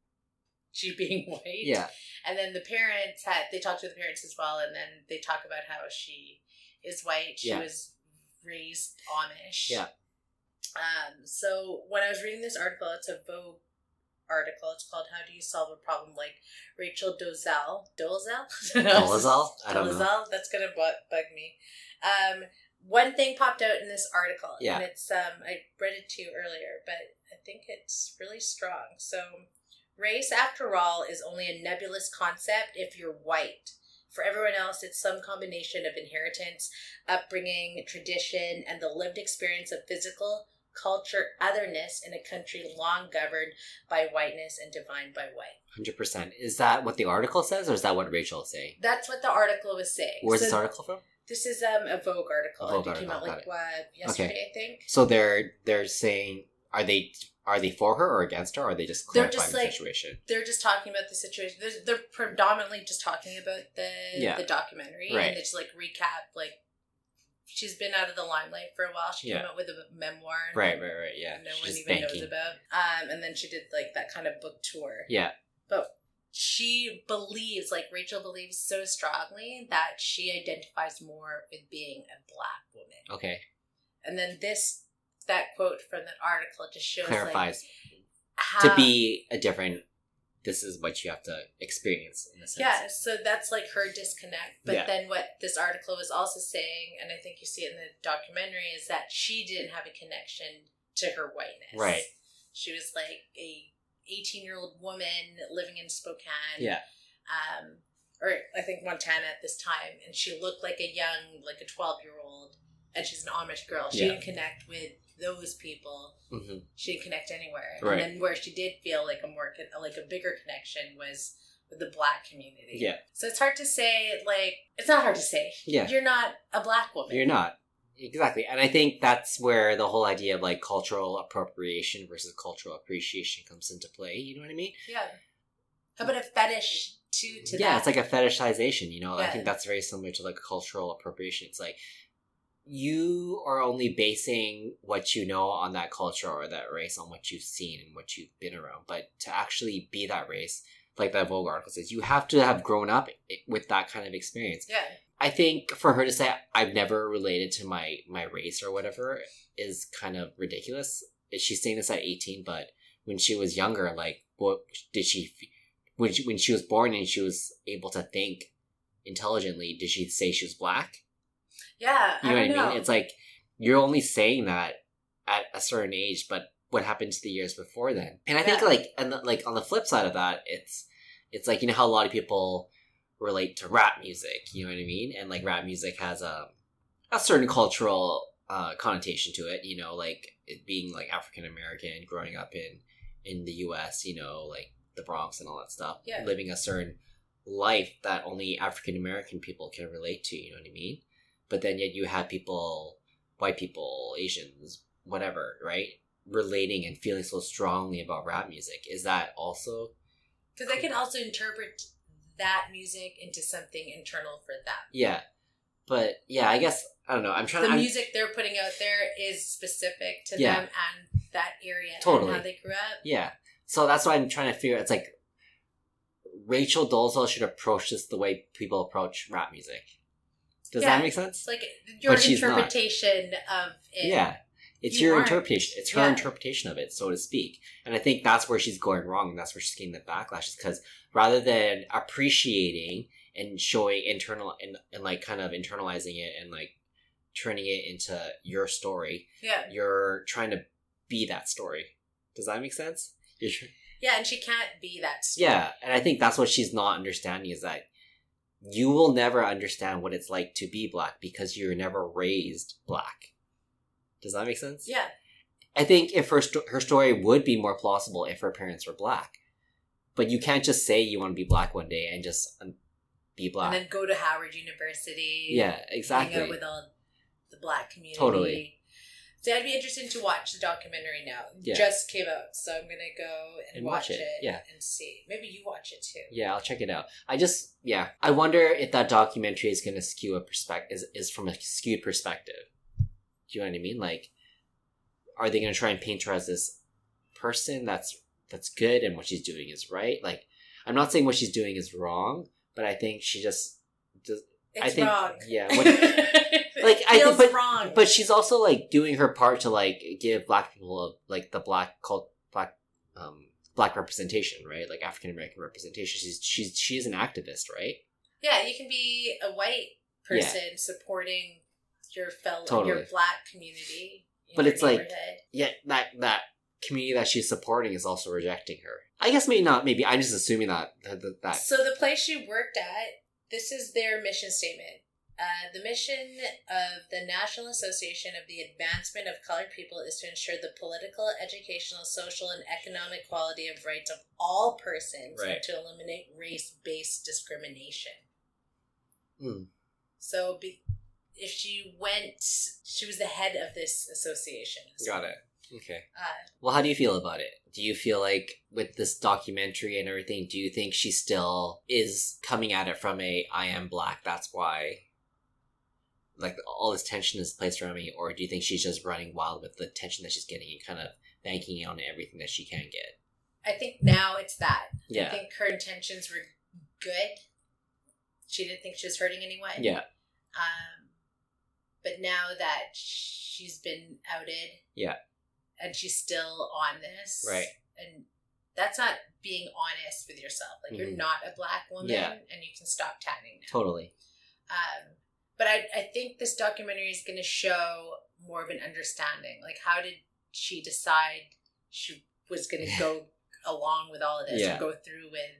[SPEAKER 1] she being white.
[SPEAKER 2] yeah,
[SPEAKER 1] And then the parents had they talked to the parents as well, and then they talk about how she is white. She
[SPEAKER 2] Yeah.
[SPEAKER 1] was raised Amish.
[SPEAKER 2] Yeah.
[SPEAKER 1] Um. So when I was reading this article, it's a Vogue article. It's called "How Do You Solve a Problem?" Like Rachel Dozell. Dozell.
[SPEAKER 2] Dolezal? I don't know.
[SPEAKER 1] Dolezal? That's gonna bu- bug me. Um. One thing popped out in this article,
[SPEAKER 2] Yeah.
[SPEAKER 1] and it's um I read it to you earlier, but I think it's really strong. So Race, after all, is only a nebulous concept if you're white. For everyone else, it's some combination of inheritance, upbringing, tradition, and the lived experience of physical, culture, otherness in a country long governed by whiteness and defined by white.
[SPEAKER 2] hundred percent. Is that what the article says, or is that what Rachel is saying?
[SPEAKER 1] That's what the article was saying.
[SPEAKER 2] Where's
[SPEAKER 1] So
[SPEAKER 2] this article from?
[SPEAKER 1] This is um, a Vogue article.
[SPEAKER 2] A Vogue
[SPEAKER 1] and it came
[SPEAKER 2] article,
[SPEAKER 1] out
[SPEAKER 2] got
[SPEAKER 1] like
[SPEAKER 2] it.
[SPEAKER 1] what, yesterday, I think.
[SPEAKER 2] So they're they're saying are they are they for her or against her? Or are they just
[SPEAKER 1] They're
[SPEAKER 2] clarifying
[SPEAKER 1] just
[SPEAKER 2] the
[SPEAKER 1] like-
[SPEAKER 2] situation?
[SPEAKER 1] they're just talking about the situation. They're, they're predominantly just talking about the
[SPEAKER 2] Yeah.
[SPEAKER 1] the documentary,
[SPEAKER 2] Right.
[SPEAKER 1] and they just like recap like she's been out of the limelight for a while. She came
[SPEAKER 2] Yeah.
[SPEAKER 1] out with a memoir, and
[SPEAKER 2] Right, right, right. Yeah,
[SPEAKER 1] No
[SPEAKER 2] She's
[SPEAKER 1] one
[SPEAKER 2] just
[SPEAKER 1] even
[SPEAKER 2] banking.
[SPEAKER 1] knows about. Um, and then she did like that kind of book tour.
[SPEAKER 2] Yeah,
[SPEAKER 1] She believes, like Rachel believes so strongly that she identifies more with being a black woman.
[SPEAKER 2] okay,
[SPEAKER 1] And then this that quote from that article just shows like uh,
[SPEAKER 2] clarifies
[SPEAKER 1] how
[SPEAKER 2] to be a different. This is what you have to experience in a sense.
[SPEAKER 1] Yeah, so that's like her disconnect. But
[SPEAKER 2] Yeah.
[SPEAKER 1] then what this article was also saying, and I think you see it in the documentary, is that she didn't have a connection to her whiteness.
[SPEAKER 2] Right.
[SPEAKER 1] She was like a 18 year old woman living in Spokane.
[SPEAKER 2] Yeah.
[SPEAKER 1] Um, or I think Montana at this time, and she looked like a young, like a 12 year old, and she's an Amish girl. She
[SPEAKER 2] Yeah.
[SPEAKER 1] didn't connect with those people
[SPEAKER 2] hmm
[SPEAKER 1] she didn't connect anywhere.
[SPEAKER 2] Right.
[SPEAKER 1] And then where she did feel like a more con- like a bigger connection was with the black community.
[SPEAKER 2] Yeah.
[SPEAKER 1] So it's hard to say. Like it's not hard to say.
[SPEAKER 2] Yeah.
[SPEAKER 1] You're not a black woman.
[SPEAKER 2] You're not. Exactly. And I think that's where the whole idea of like cultural appropriation versus cultural appreciation comes into play. You know what I mean?
[SPEAKER 1] Yeah. How about a fetish too? To
[SPEAKER 2] yeah,
[SPEAKER 1] that?
[SPEAKER 2] it's like a fetishization, you know? I
[SPEAKER 1] Yeah.
[SPEAKER 2] think that's very similar to like cultural appropriation. It's like you are only basing what you know on that culture or that race on what you've seen and what you've been around. But to actually be that race, like that Vogue article says, you have to have grown up i- with that kind of experience.
[SPEAKER 1] yeah.
[SPEAKER 2] I think for her to say I've never related to my my race or whatever is kind of ridiculous. She's saying this at eighteen, but when she was younger, like what did she f- when she when she was born and she was able to think intelligently? Did she say she was black?
[SPEAKER 1] Yeah.
[SPEAKER 2] You know
[SPEAKER 1] I
[SPEAKER 2] what I
[SPEAKER 1] don't
[SPEAKER 2] mean?
[SPEAKER 1] know.
[SPEAKER 2] It's like you're only saying that at a certain age, but what happened to the years before then? And I think
[SPEAKER 1] Yeah.
[SPEAKER 2] like and the, like on the flip side of that, it's it's like you know how a lot of people relate to rap music. You know what I mean? And like rap music has a a certain cultural uh, connotation to it. You know, like it being like African American, growing up in in the U.S. You know, like the Bronx and all that stuff,
[SPEAKER 1] Yeah.
[SPEAKER 2] living a certain life that only African American people can relate to. You know what I mean? but then yet you had people, white people, Asians, whatever, right? Relating and feeling so strongly about rap music. Is that also?
[SPEAKER 1] because I can also interpret that music into something internal for them.
[SPEAKER 2] Yeah. But yeah, I guess, I don't know. I'm trying
[SPEAKER 1] The
[SPEAKER 2] to. I'm-
[SPEAKER 1] music they're putting out there is specific to
[SPEAKER 2] Yeah.
[SPEAKER 1] them and that area
[SPEAKER 2] Totally.
[SPEAKER 1] and how they grew up.
[SPEAKER 2] yeah. So that's why I'm trying to figure It's like Rachel Dolezal should approach this the way people approach rap music. Does
[SPEAKER 1] Yeah.
[SPEAKER 2] that make sense?
[SPEAKER 1] It's like your
[SPEAKER 2] But she's not.
[SPEAKER 1] interpretation of it.
[SPEAKER 2] Yeah. It's
[SPEAKER 1] You
[SPEAKER 2] your
[SPEAKER 1] aren't.
[SPEAKER 2] interpretation. It's her
[SPEAKER 1] Yeah.
[SPEAKER 2] interpretation of it, so to speak. And I think that's where she's going wrong, and that's where she's getting the backlash. Is because rather than appreciating and showing internal and, and like kind of internalizing it and like turning it into your story,
[SPEAKER 1] Yeah.
[SPEAKER 2] you're trying to be that story. Does that make sense? You're tr-
[SPEAKER 1] Yeah, and she can't be that story.
[SPEAKER 2] yeah, and I think that's what she's not understanding is that you will never understand what it's like to be black because you're never raised black. Does that make sense?
[SPEAKER 1] Yeah.
[SPEAKER 2] I think if her sto- her story would be more plausible if her parents were black, but you can't just say you want to be black one day and just um, be black.
[SPEAKER 1] And then go to Howard University.
[SPEAKER 2] yeah,
[SPEAKER 1] Hang out
[SPEAKER 2] exactly.
[SPEAKER 1] with all the black community.
[SPEAKER 2] Totally.
[SPEAKER 1] So I'd be interested to watch the documentary now. It
[SPEAKER 2] Yeah.
[SPEAKER 1] Just came out, so I'm gonna go and,
[SPEAKER 2] And watch
[SPEAKER 1] watch, it,
[SPEAKER 2] it, yeah.
[SPEAKER 1] and see. Maybe you watch it too.
[SPEAKER 2] Yeah, I'll check it out. I just yeah, I wonder if that documentary is going to skew a perspective is is from a skewed perspective. Do you know what I mean? Like, are they going to try and paint her as this person that's that's good and what she's doing is right? Like, I'm not saying what she's doing is wrong, but I think she just does.
[SPEAKER 1] It's
[SPEAKER 2] I think
[SPEAKER 1] wrong.
[SPEAKER 2] yeah, what,
[SPEAKER 1] It
[SPEAKER 2] like, I
[SPEAKER 1] feels
[SPEAKER 2] think- but-
[SPEAKER 1] wrong.
[SPEAKER 2] but she's also like doing her part to like give black people a, like the black cult black um black representation, right? Like African American representation. She's she's she is an activist, right?
[SPEAKER 1] yeah, you can be a white
[SPEAKER 2] Yeah.
[SPEAKER 1] person supporting your fellow your
[SPEAKER 2] Totally.
[SPEAKER 1] black community. in
[SPEAKER 2] But
[SPEAKER 1] your
[SPEAKER 2] it's like-
[SPEAKER 1] neighborhood.
[SPEAKER 2] yet that that community that she's supporting is also rejecting her. I guess maybe not. Maybe I'm just assuming that that, that, that
[SPEAKER 1] So the place she worked at, this is their mission statement. Uh, the mission of the National Association of the Advancement of Colored People is to ensure the political, educational, social, and economic quality of rights of all persons
[SPEAKER 2] Right.
[SPEAKER 1] and to eliminate race-based discrimination.
[SPEAKER 2] Hmm.
[SPEAKER 1] So be- if she went, she was the head of this association.
[SPEAKER 2] it. Okay.
[SPEAKER 1] Uh,
[SPEAKER 2] Well, how do you feel about it? Do you feel like with this documentary and everything, do you think she still is coming at it from a I am black, that's why like all this tension is placed around me, or do you think she's just running wild with the tension that she's getting and kind of banking on everything that she can get?
[SPEAKER 1] I think now it's that. I
[SPEAKER 2] Yeah.
[SPEAKER 1] think her intentions were good. She didn't think she was hurting anyone.
[SPEAKER 2] Yeah.
[SPEAKER 1] Um, but now that she's been outed,
[SPEAKER 2] Yeah.
[SPEAKER 1] and she's still on this,
[SPEAKER 2] Right.
[SPEAKER 1] And that's not being honest with yourself. Like you're
[SPEAKER 2] Mhm.
[SPEAKER 1] not a black woman,
[SPEAKER 2] Yeah.
[SPEAKER 1] and you can stop tatting now.
[SPEAKER 2] Totally.
[SPEAKER 1] Um, but I, I think this documentary is going to show more of an understanding. Like, how did she decide she was going to go along with all of this,
[SPEAKER 2] Yeah.
[SPEAKER 1] or go through with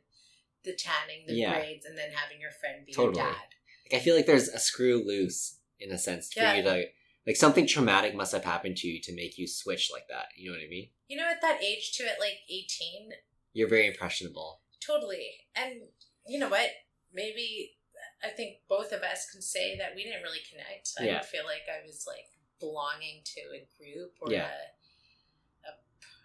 [SPEAKER 1] the tanning, the
[SPEAKER 2] Yeah.
[SPEAKER 1] braids, and then having your friend be
[SPEAKER 2] Totally.
[SPEAKER 1] your dad?
[SPEAKER 2] Like, I feel like there's a screw loose in a sense for
[SPEAKER 1] Yeah.
[SPEAKER 2] you to like something traumatic must have happened to you to make you switch like that. You know what I mean?
[SPEAKER 1] You know, at that age, too, at like 18,
[SPEAKER 2] You're very impressionable.
[SPEAKER 1] totally. And you know what? Maybe I think both of us can say that we didn't really connect. I
[SPEAKER 2] Yeah.
[SPEAKER 1] didn't feel like I was like belonging to a group or
[SPEAKER 2] Yeah.
[SPEAKER 1] a, a,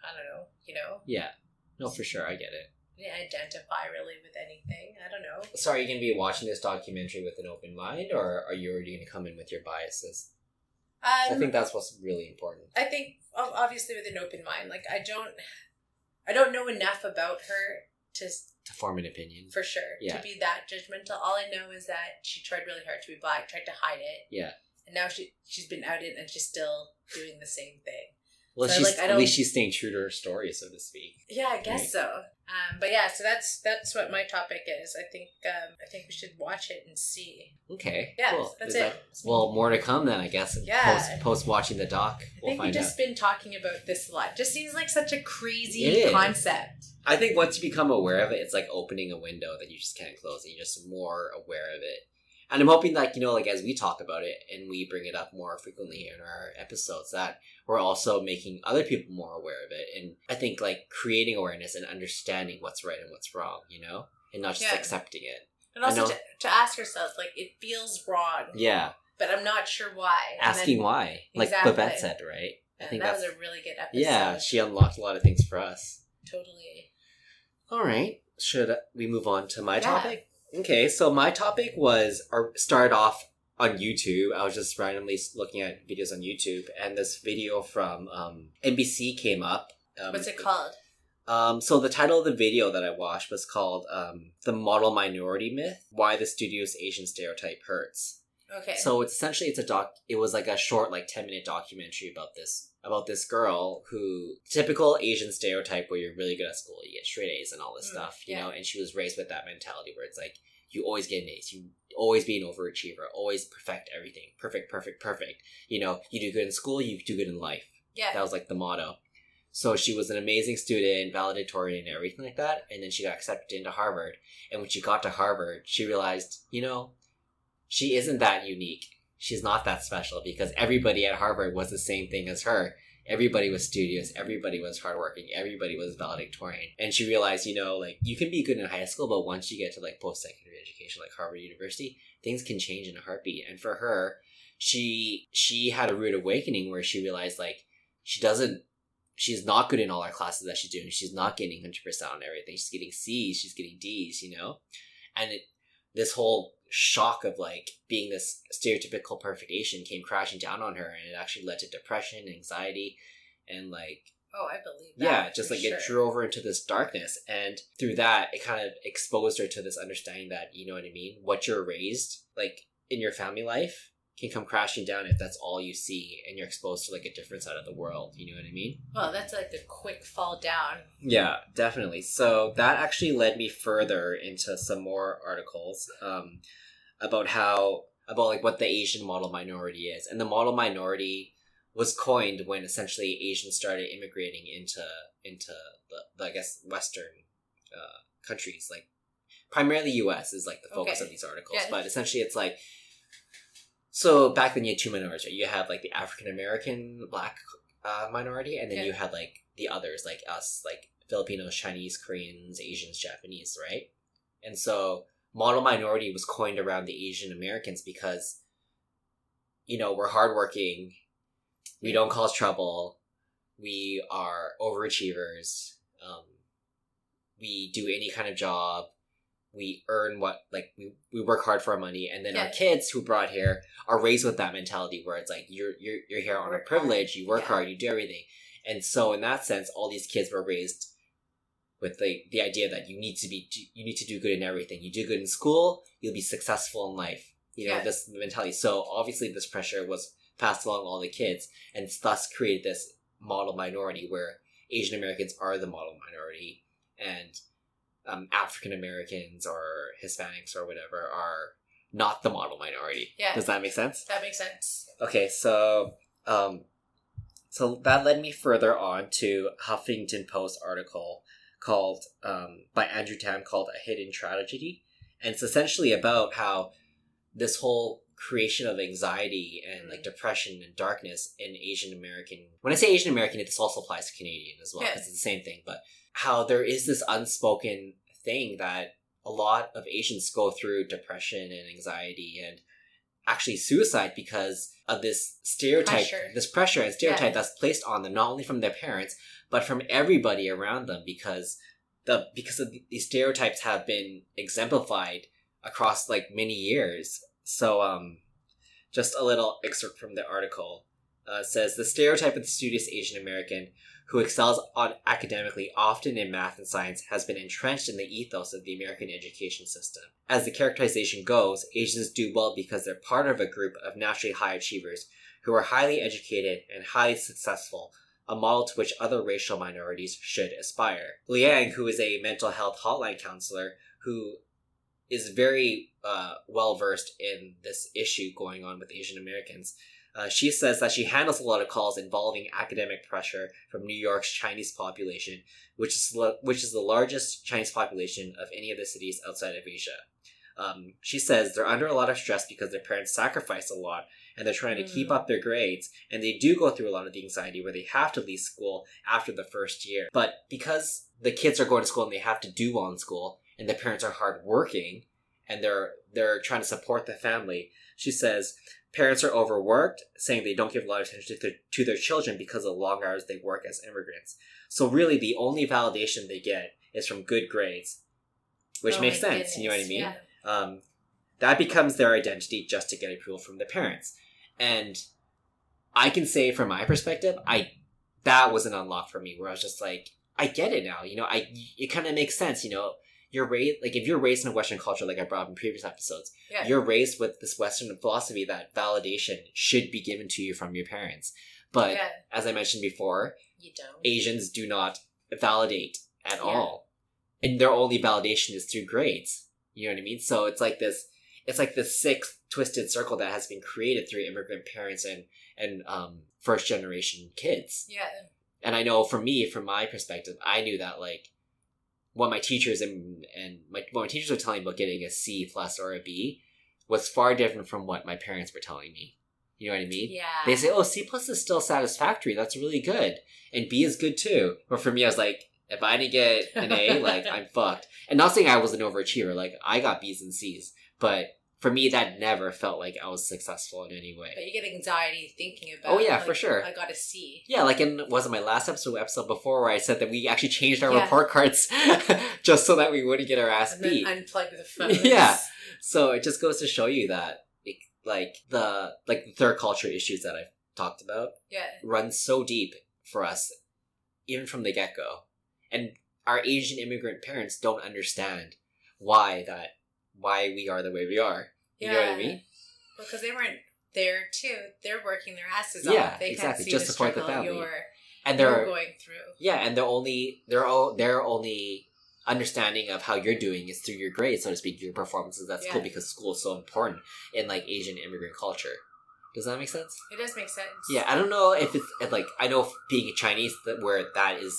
[SPEAKER 1] I don't know, you know,
[SPEAKER 2] Yeah. No, for sure, I get it.
[SPEAKER 1] didn't identify really with anything. I don't know.
[SPEAKER 2] So are you gonna be watching this documentary with an open mind or are you already gonna come in with your biases?
[SPEAKER 1] Um,
[SPEAKER 2] I think that's what's really important.
[SPEAKER 1] I think ob- obviously with an open mind. Like I don't, I don't know enough about her to s-
[SPEAKER 2] To form an opinion.
[SPEAKER 1] for sure
[SPEAKER 2] Yeah.
[SPEAKER 1] to be that judgmental. All I know is that she tried really hard to be black, tried to hide it.
[SPEAKER 2] Yeah.
[SPEAKER 1] And now she she's been outed and she's still doing the same thing.
[SPEAKER 2] Well
[SPEAKER 1] So,
[SPEAKER 2] she's
[SPEAKER 1] like, I
[SPEAKER 2] at
[SPEAKER 1] don't-
[SPEAKER 2] least she's staying true to her story, so to speak.
[SPEAKER 1] Yeah, I guess so. Um, but yeah, so that's that's what my topic is. I think um, I think we should watch it and see.
[SPEAKER 2] Okay.
[SPEAKER 1] Yeah,
[SPEAKER 2] cool.
[SPEAKER 1] that's
[SPEAKER 2] Is
[SPEAKER 1] it.
[SPEAKER 2] that- well, more to come then I guess.
[SPEAKER 1] Yeah.
[SPEAKER 2] Post post watching the doc.
[SPEAKER 1] I think
[SPEAKER 2] we'll
[SPEAKER 1] we've
[SPEAKER 2] find out.
[SPEAKER 1] just been talking about this a lot. Just seems like such a crazy
[SPEAKER 2] It is.
[SPEAKER 1] concept.
[SPEAKER 2] I think once you become aware of it, it's like opening a window that you just can't close, and you're just more aware of it. And I'm hoping, like you know, like as we talk about it and we bring it up more frequently in our episodes, that we're also making other people more aware of it. And I think like creating awareness and understanding what's right and what's wrong, you know, and not just
[SPEAKER 1] Yeah.
[SPEAKER 2] accepting it.
[SPEAKER 1] And
[SPEAKER 2] I
[SPEAKER 1] also
[SPEAKER 2] know.
[SPEAKER 1] to, to ask yourself, like, it feels wrong,
[SPEAKER 2] Yeah,
[SPEAKER 1] but I'm not sure why. And
[SPEAKER 2] asking
[SPEAKER 1] then-
[SPEAKER 2] why, like
[SPEAKER 1] Exactly.
[SPEAKER 2] Babette said, right? I
[SPEAKER 1] and
[SPEAKER 2] think
[SPEAKER 1] that
[SPEAKER 2] that's
[SPEAKER 1] was a really good episode.
[SPEAKER 2] yeah. She unlocked a lot of things for us.
[SPEAKER 1] totally.
[SPEAKER 2] All right. Should we move on to my
[SPEAKER 1] Yeah.
[SPEAKER 2] topic? Okay, so my topic was or started off on YouTube. I was just randomly looking at videos on YouTube, and this video from um, NBC came up. Um,
[SPEAKER 1] What's it called?
[SPEAKER 2] Um, so the title of the video that I watched was called um, "The Model Minority Myth: Why the Studio's Asian Stereotype Hurts."
[SPEAKER 1] Okay.
[SPEAKER 2] So it's essentially it's a doc. It was like a short, like ten minute documentary about this about this girl who typical Asian stereotype where you're really good at school, you get straight A's and all this
[SPEAKER 1] Mm,
[SPEAKER 2] stuff, you
[SPEAKER 1] yeah.
[SPEAKER 2] know. And she was raised with that mentality where it's like you always get an A's, you always be an overachiever, always perfect everything, perfect, perfect, perfect. You know, you do good in school, you do good in life.
[SPEAKER 1] yeah.
[SPEAKER 2] That was like the motto. So she was an amazing student, valedictorian, and everything like that. And then she got accepted into Harvard. And when she got to Harvard, she realized, you know, she isn't that unique. She's not that special because everybody at Harvard was the same thing as her. Everybody was studious. Everybody was hardworking. Everybody was valedictorian. And she realized, you know, like you can be good in high school, but once you get to like post secondary education, like Harvard University, things can change in a heartbeat. And for her, she she had a rude awakening where she realized like she doesn't she's not good in all her classes that she's doing she's not getting 100% on everything she's getting c's she's getting d's you know and it, this whole shock of like being this stereotypical perfect asian came crashing down on her and it actually led to depression anxiety and like
[SPEAKER 1] oh, I believe that.
[SPEAKER 2] yeah just
[SPEAKER 1] for
[SPEAKER 2] like
[SPEAKER 1] sure.
[SPEAKER 2] it drew over into this darkness and through that it kind of exposed her to this understanding that you know what i mean what you're raised like in your family life can come crashing down if that's all you see and you're exposed to like a different side of the world you know what i mean
[SPEAKER 1] Well, that's like the quick fall down.
[SPEAKER 2] yeah, definitely. So that actually led me further into some more articles um, about how about like what the Asian model minority is, and the model minority was coined when essentially Asians started immigrating into into the, the I guess Western uh, countries, like primarily U.S. is like the focus
[SPEAKER 1] Okay.
[SPEAKER 2] of these articles,
[SPEAKER 1] Yeah.
[SPEAKER 2] but essentially it's like. So back then you had two minorities. Right? You had like the African American black uh, minority, and then
[SPEAKER 1] Yeah.
[SPEAKER 2] you had like the others, like us, like Filipinos, Chinese, Koreans, Asians, Japanese, right? And so model minority was coined around the Asian Americans because, you know, we're hardworking, we don't cause trouble, we are overachievers, um, we do any kind of job, we earn what like we, we work hard for our money, and then our
[SPEAKER 1] Yeah.
[SPEAKER 2] kids who brought here are raised with that mentality where it's like you're you're you're here on a
[SPEAKER 1] Work hard.
[SPEAKER 2] privilege, you work
[SPEAKER 1] Yeah.
[SPEAKER 2] hard, you do everything. And so in that sense, all these kids were raised with the the idea that you need to be you need to do good in everything. You do good in school, you'll be successful in life. You know
[SPEAKER 1] Yeah.
[SPEAKER 2] this mentality. So obviously, this pressure was passed along to all the kids, and thus created this model minority where Asian Americans are the model minority, and um, African Americans or Hispanics or whatever are not the model minority.
[SPEAKER 1] Yeah.
[SPEAKER 2] Does that make sense?
[SPEAKER 1] That makes sense.
[SPEAKER 2] Okay, so um, so that led me further on to Huffington Post article called um, by Andrew Tam called "A Hidden Tragedy," and it's essentially about how this whole creation of anxiety and like depression and darkness in Asian American. When I say Asian American, this also applies to Canadian as well
[SPEAKER 1] Yeah.
[SPEAKER 2] 'cause it's the same thing. But how there is this unspoken thing that a lot of Asians go through depression and anxiety and actually suicide because of this stereotype,
[SPEAKER 1] Pressure.
[SPEAKER 2] this pressure and stereotype
[SPEAKER 1] Yeah.
[SPEAKER 2] that's placed on them, not only from their parents but from everybody around them because the because of these stereotypes have been exemplified across like many years. So um, just a little excerpt from the article uh, says the stereotype of the studious Asian American who excels on academically, often in math and science, has been entrenched in the ethos of the American education system. As the characterization goes, Asians do well because they're part of a group of naturally high achievers who are highly educated and highly successful, a model to which other racial minorities should aspire. Liang, who is a mental health hotline counselor who is very uh, well versed in this issue going on with Asian Americans, uh, she says that she handles a lot of calls involving academic pressure from New York's Chinese population, which is lo- which is the largest Chinese population of any of the cities outside of Asia. Um, she says they're under a lot of stress because their parents sacrifice a lot and they're trying to keep up their grades and they do go through a lot of the anxiety where they have to leave school after the first year but because the kids are going to school and they have to do well in school and the parents are hardworking and they're they're trying to support the family she says Parents are overworked, saying they don't give a lot of attention to their, to their children because of the long hours they work as immigrants. So really, the only validation they get is from good grades, which
[SPEAKER 1] Oh
[SPEAKER 2] makes
[SPEAKER 1] my
[SPEAKER 2] sense. You know what I
[SPEAKER 1] goodness,
[SPEAKER 2] mean?
[SPEAKER 1] yeah.
[SPEAKER 2] Um, that becomes their identity just to get approval from the parents. And I can say from my perspective, I that was an unlock for me where I was just like, I get it now. You know, I it kind of makes sense. You know, you're raised like if you're raised in a Western culture, like I brought up in previous episodes,
[SPEAKER 1] Yeah.
[SPEAKER 2] you're raised with this Western philosophy that validation should be given to you from your parents. But
[SPEAKER 1] yeah.
[SPEAKER 2] as I mentioned before,
[SPEAKER 1] You don't.
[SPEAKER 2] Asians do not validate at
[SPEAKER 1] Yeah.
[SPEAKER 2] all, and their only validation is through grades. You know what I mean? So it's like this. It's like this sick twisted circle that has been created through immigrant parents and and um, first generation kids
[SPEAKER 1] Yeah.
[SPEAKER 2] and I know for me, from my perspective, I knew that like what my teachers and and my what my teachers were telling me about getting a C plus or a B was far different from what my parents were telling me. You know what I mean?
[SPEAKER 1] Yeah.
[SPEAKER 2] They say, "Oh, C plus is still satisfactory. That's really good, and B is good too." But for me, I was like, if I didn't get an A, like I'm fucked. And not saying I was an overachiever. Like I got B's and C's, but for me, that never felt like I was successful in any way.
[SPEAKER 1] But you get anxiety thinking about.
[SPEAKER 2] Oh, yeah, for
[SPEAKER 1] like,
[SPEAKER 2] sure.
[SPEAKER 1] I got to see.
[SPEAKER 2] Yeah, like in was it my last episode episode before where I said that we actually changed our
[SPEAKER 1] Yeah.
[SPEAKER 2] report cards just so that we wouldn't get our ass
[SPEAKER 1] And then
[SPEAKER 2] beat.
[SPEAKER 1] unplug the phone.
[SPEAKER 2] Yeah. So it just goes to show you that it, like the like the third culture issues that I've talked about
[SPEAKER 1] Yeah.
[SPEAKER 2] run so deep for us, even from the get go, and our Asian immigrant parents don't understand why that why we are the way we are. You know what I
[SPEAKER 1] Yeah.
[SPEAKER 2] mean?
[SPEAKER 1] Because they weren't there too. They're working their asses
[SPEAKER 2] Yeah,
[SPEAKER 1] off. They
[SPEAKER 2] exactly.
[SPEAKER 1] can't see
[SPEAKER 2] Just
[SPEAKER 1] the
[SPEAKER 2] support the
[SPEAKER 1] struggle
[SPEAKER 2] family.
[SPEAKER 1] You're,
[SPEAKER 2] And there
[SPEAKER 1] you're
[SPEAKER 2] are
[SPEAKER 1] going through.
[SPEAKER 2] Yeah, and their only their all their only understanding of how you're doing is through your grades, so to speak, your performances. That's cool
[SPEAKER 1] Yeah.
[SPEAKER 2] because school is so important in like Asian immigrant culture. Does that make sense?
[SPEAKER 1] It does make sense.
[SPEAKER 2] Yeah, I don't know if it's and, like I know f- being Chinese that where that is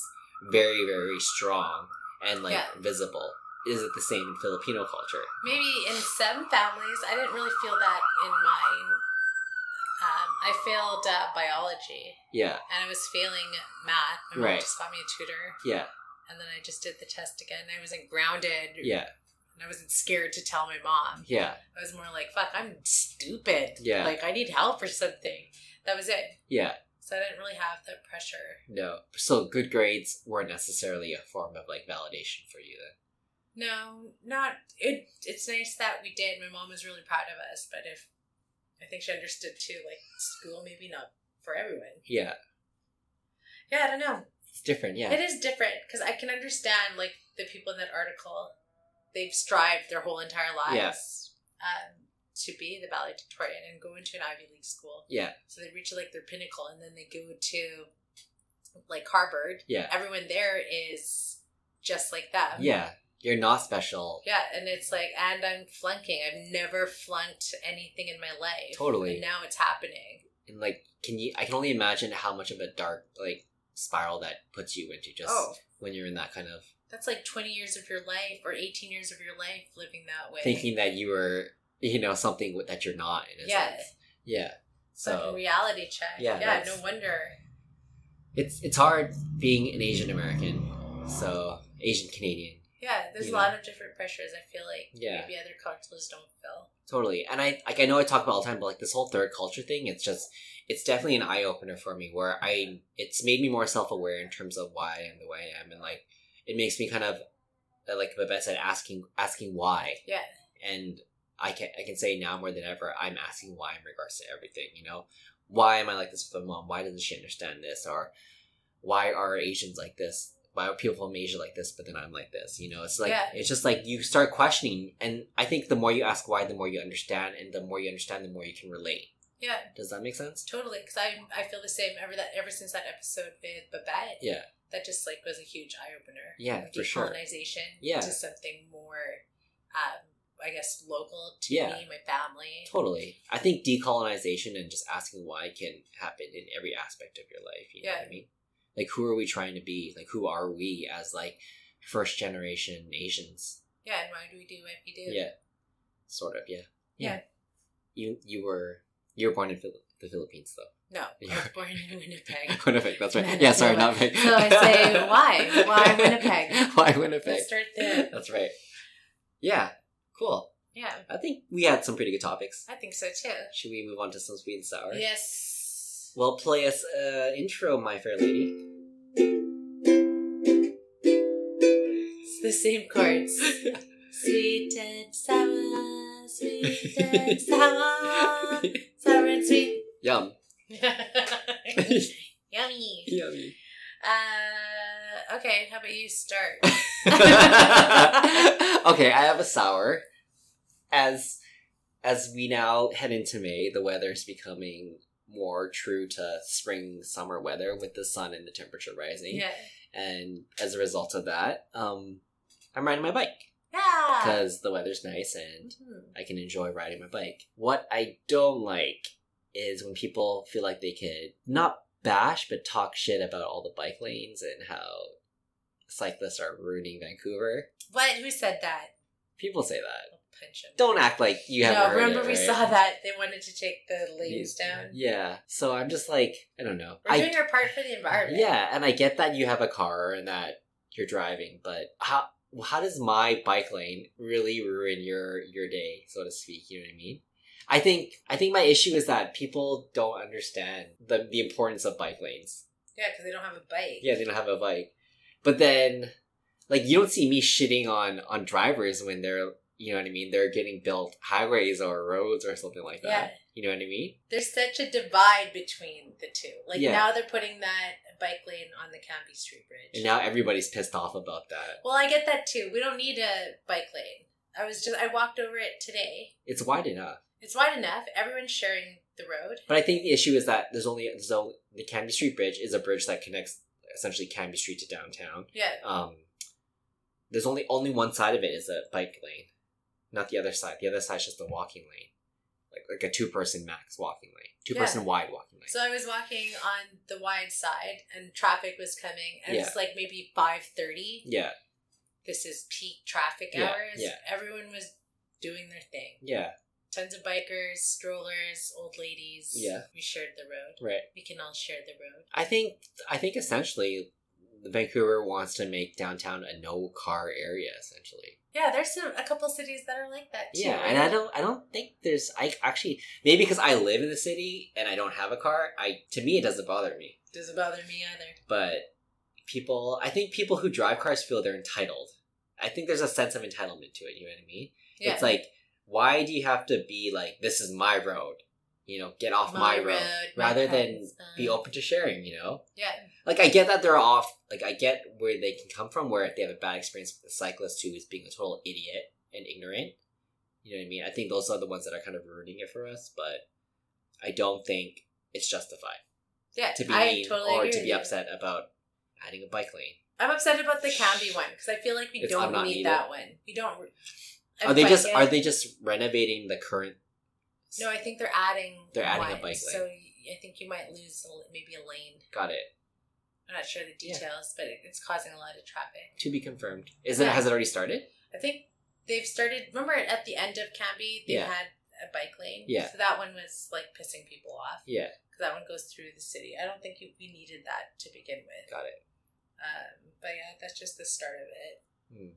[SPEAKER 2] very very strong and like
[SPEAKER 1] Yeah.
[SPEAKER 2] visible. Is it the same in Filipino culture?
[SPEAKER 1] Maybe in some families, I didn't really feel that in mine. Um, I failed uh, biology
[SPEAKER 2] Yeah,
[SPEAKER 1] and I was failing math. My mom
[SPEAKER 2] Right.
[SPEAKER 1] just got me a tutor
[SPEAKER 2] yeah,
[SPEAKER 1] and then I just did the test again. I wasn't grounded
[SPEAKER 2] yeah,
[SPEAKER 1] and I wasn't scared to tell my mom.
[SPEAKER 2] yeah,
[SPEAKER 1] I was more like, fuck, I'm stupid.
[SPEAKER 2] Yeah.
[SPEAKER 1] Like, I need help or something. That was it.
[SPEAKER 2] yeah.
[SPEAKER 1] So I didn't really have that pressure.
[SPEAKER 2] No, so good grades weren't necessarily a form of like validation for you then.
[SPEAKER 1] No, not it. It's nice that we did. My mom was really proud of us, but if I think she understood too, like school maybe not for everyone.
[SPEAKER 2] Yeah,
[SPEAKER 1] Yeah, I don't know.
[SPEAKER 2] it's different. Yeah,
[SPEAKER 1] It is different because I can understand like the people in that article. They've strived their whole entire lives um, to be the valedictorian and go into an Ivy League school.
[SPEAKER 2] yeah,
[SPEAKER 1] So they reach like their pinnacle, and then they go to like Harvard.
[SPEAKER 2] yeah.
[SPEAKER 1] Everyone there is just like them.
[SPEAKER 2] Yeah, you're not special.
[SPEAKER 1] Yeah, and it's like, and I'm flunking. I've never flunked anything in my life.
[SPEAKER 2] Totally.
[SPEAKER 1] And now it's happening.
[SPEAKER 2] And like, can you? I can only imagine how much of a dark like spiral that puts you into just
[SPEAKER 1] oh,
[SPEAKER 2] when you're in that kind of
[SPEAKER 1] that's like 20 years of your life or 18 years of your life living that way.
[SPEAKER 2] thinking that you were, you know, something that you're not. In a
[SPEAKER 1] Yeah.
[SPEAKER 2] sense. yeah.
[SPEAKER 1] It's like a
[SPEAKER 2] So
[SPEAKER 1] reality check.
[SPEAKER 2] Yeah,
[SPEAKER 1] Yeah,
[SPEAKER 2] that's-
[SPEAKER 1] no wonder.
[SPEAKER 2] it's it's hard being an Asian American, so Asian Canadian.
[SPEAKER 1] Yeah, there's
[SPEAKER 2] You
[SPEAKER 1] a lot of different pressures I feel like
[SPEAKER 2] Yeah.
[SPEAKER 1] maybe other cultures don't feel.
[SPEAKER 2] Totally. And I like I know I talk about it all the time, but like this whole third culture thing, it's just it's definitely an eye opener for me where I it's made me more self aware in terms of why I am the way I am and like it makes me kind of uh, like Babette said, asking asking why.
[SPEAKER 1] Yeah.
[SPEAKER 2] And I can I can say now more than ever, I'm asking why in regards to everything, you know? Why am I like this with my mom? Why doesn't she understand this? Or why are Asians like this? Why are people from Asia like this, but then I'm like this? You know, it's like
[SPEAKER 1] Yeah.
[SPEAKER 2] it's just like you start questioning, and I think the more you ask why, the more you understand, and the more you understand, the more you can relate.
[SPEAKER 1] Yeah,
[SPEAKER 2] Does that make sense?
[SPEAKER 1] totally. Because I, I feel the same ever, that, ever since that episode with Babette.
[SPEAKER 2] Yeah.
[SPEAKER 1] That just like was a huge eye opener.
[SPEAKER 2] Yeah, for sure.
[SPEAKER 1] decolonization
[SPEAKER 2] Yeah.
[SPEAKER 1] to something more, um, I guess, local to
[SPEAKER 2] Yeah.
[SPEAKER 1] me, my family.
[SPEAKER 2] Totally. I think decolonization and just asking why can happen in every aspect of your life. You know
[SPEAKER 1] Yeah.
[SPEAKER 2] what I mean? Like, who are we trying to be? Like, who are we as like first generation Asians?
[SPEAKER 1] Yeah, and why do we do what we do?
[SPEAKER 2] Yeah. Sort of. Yeah.
[SPEAKER 1] Yeah.
[SPEAKER 2] You you were you were born in Phil- the Philippines though.
[SPEAKER 1] No, I was born in Winnipeg.
[SPEAKER 2] Winnipeg. That's right. Yeah. Sorry, not Winnipeg.
[SPEAKER 1] So I say, why? Why Winnipeg?
[SPEAKER 2] why Winnipeg?
[SPEAKER 1] Let's start there.
[SPEAKER 2] That's right. Yeah. Cool.
[SPEAKER 1] Yeah,
[SPEAKER 2] I think we had some pretty good topics.
[SPEAKER 1] I think so too.
[SPEAKER 2] Should we move on to some sweet and sour?
[SPEAKER 1] Yes.
[SPEAKER 2] Well, play us uh, intro, my fair lady.
[SPEAKER 1] It's the same chords. sweet and sour, sweet and sour, sour and sweet.
[SPEAKER 2] Yum.
[SPEAKER 1] Yummy.
[SPEAKER 2] Yummy.
[SPEAKER 1] Uh, okay, how about you start?
[SPEAKER 2] okay, I have a sour. As as we now head into May, the weather is becoming more true to spring summer weather with the sun and the temperature rising.
[SPEAKER 1] yeah.
[SPEAKER 2] And as a result of that, um, I'm riding my bike
[SPEAKER 1] Yeah.
[SPEAKER 2] because the weather's nice and
[SPEAKER 1] Mhm.
[SPEAKER 2] I can enjoy riding my bike. What I don't like is when people feel like they could not bash but talk shit about all the bike lanes and how cyclists are ruining Vancouver.
[SPEAKER 1] What? Who said that?
[SPEAKER 2] People say that.
[SPEAKER 1] I'll punch him.
[SPEAKER 2] Don't act like you haven't.
[SPEAKER 1] no,
[SPEAKER 2] heard
[SPEAKER 1] remember
[SPEAKER 2] it,
[SPEAKER 1] we
[SPEAKER 2] right?
[SPEAKER 1] saw that they wanted to take the lanes down.
[SPEAKER 2] Yeah. So I'm just like, I don't know.
[SPEAKER 1] We're
[SPEAKER 2] I-
[SPEAKER 1] doing our part for the environment.
[SPEAKER 2] Yeah, and I get that you have a car and that you're driving, but how how does my bike lane really ruin your your day, so to speak? You know what I mean? I think I think my issue is that people don't understand the the importance of bike lanes.
[SPEAKER 1] Yeah, because they don't have a bike.
[SPEAKER 2] Yeah, they don't have a bike, but then like you don't see me shitting on on drivers when they're you know what I mean. They're getting built highways or roads or something like that.
[SPEAKER 1] Yeah.
[SPEAKER 2] You know what I mean?
[SPEAKER 1] There's such a divide between the two. Like
[SPEAKER 2] Yeah.
[SPEAKER 1] now they're putting that bike lane on the Canby Street Bridge.
[SPEAKER 2] And now everybody's pissed off about that.
[SPEAKER 1] well, I get that too. We don't need a bike lane. I was just I walked over it today.
[SPEAKER 2] It's wide enough.
[SPEAKER 1] It's wide enough. Everyone's sharing the road.
[SPEAKER 2] But I think the issue is that there's only there's only the Canby Street Bridge is a bridge that connects essentially Canby Street to downtown.
[SPEAKER 1] Yeah.
[SPEAKER 2] Um, there's only only one side of it is a bike lane, not the other side. The other side's just a walking lane, like like a two person max walking lane, two person wide walking lane.
[SPEAKER 1] So I was walking on the wide side, and traffic was coming. And it was like maybe five thirty.
[SPEAKER 2] yeah,
[SPEAKER 1] This is peak traffic
[SPEAKER 2] Yeah,
[SPEAKER 1] hours.
[SPEAKER 2] yeah.
[SPEAKER 1] Everyone was doing their thing.
[SPEAKER 2] yeah,
[SPEAKER 1] Tons of bikers, strollers, old ladies.
[SPEAKER 2] Yeah.
[SPEAKER 1] We shared the road.
[SPEAKER 2] right.
[SPEAKER 1] We can all share the road.
[SPEAKER 2] I think I think essentially, Vancouver wants to make downtown a no car area essentially.
[SPEAKER 1] Yeah, there's some, a couple cities that are like that too.
[SPEAKER 2] Yeah, and I don't I don't think there's I actually maybe because I live in the city and I don't have a car, I to me it doesn't bother me.
[SPEAKER 1] doesn't bother me either.
[SPEAKER 2] But people I think people who drive cars feel they're entitled. I think there's a sense of entitlement to it, you know what I mean?
[SPEAKER 1] Yeah.
[SPEAKER 2] It's like why do you have to be like this is my road? You know, get off my, road,
[SPEAKER 1] my
[SPEAKER 2] rather than
[SPEAKER 1] friends,
[SPEAKER 2] be
[SPEAKER 1] um,
[SPEAKER 2] open to sharing, you know?
[SPEAKER 1] Yeah,
[SPEAKER 2] Like I get that they're off like I get where they can come from where if they have a bad experience with a cyclist who is being a total idiot and ignorant. You know what I mean? I think those are the ones that are kind of ruining it for us, but I don't think it's justified
[SPEAKER 1] yeah.
[SPEAKER 2] to be
[SPEAKER 1] I
[SPEAKER 2] mean
[SPEAKER 1] totally
[SPEAKER 2] or
[SPEAKER 1] agree
[SPEAKER 2] to
[SPEAKER 1] with
[SPEAKER 2] be
[SPEAKER 1] you.
[SPEAKER 2] upset about adding a bike lane.
[SPEAKER 1] I'm upset about the Canby one because I feel like we
[SPEAKER 2] It's- I'm
[SPEAKER 1] don't
[SPEAKER 2] not
[SPEAKER 1] need
[SPEAKER 2] needed.
[SPEAKER 1] that one. We don't. I
[SPEAKER 2] are they
[SPEAKER 1] fight
[SPEAKER 2] just
[SPEAKER 1] it.
[SPEAKER 2] are they just renovating the current
[SPEAKER 1] No, I think they're adding.
[SPEAKER 2] They're adding a
[SPEAKER 1] one,
[SPEAKER 2] bike
[SPEAKER 1] So I think you might lose a- maybe a lane.
[SPEAKER 2] got it.
[SPEAKER 1] I'm not sure the
[SPEAKER 2] Yeah.
[SPEAKER 1] details, but it- it's causing a lot of traffic.
[SPEAKER 2] To be confirmed. Is it
[SPEAKER 1] Yeah.
[SPEAKER 2] has it already started?
[SPEAKER 1] I think they've started. Remember at the end of Canby, they
[SPEAKER 2] Yeah.
[SPEAKER 1] had a bike lane.
[SPEAKER 2] Yeah.
[SPEAKER 1] So that one was like pissing people off.
[SPEAKER 2] Yeah.
[SPEAKER 1] Because that one goes through the city. I don't think you, we needed that to begin with.
[SPEAKER 2] Got it.
[SPEAKER 1] Um, but yeah, that's just the start of it.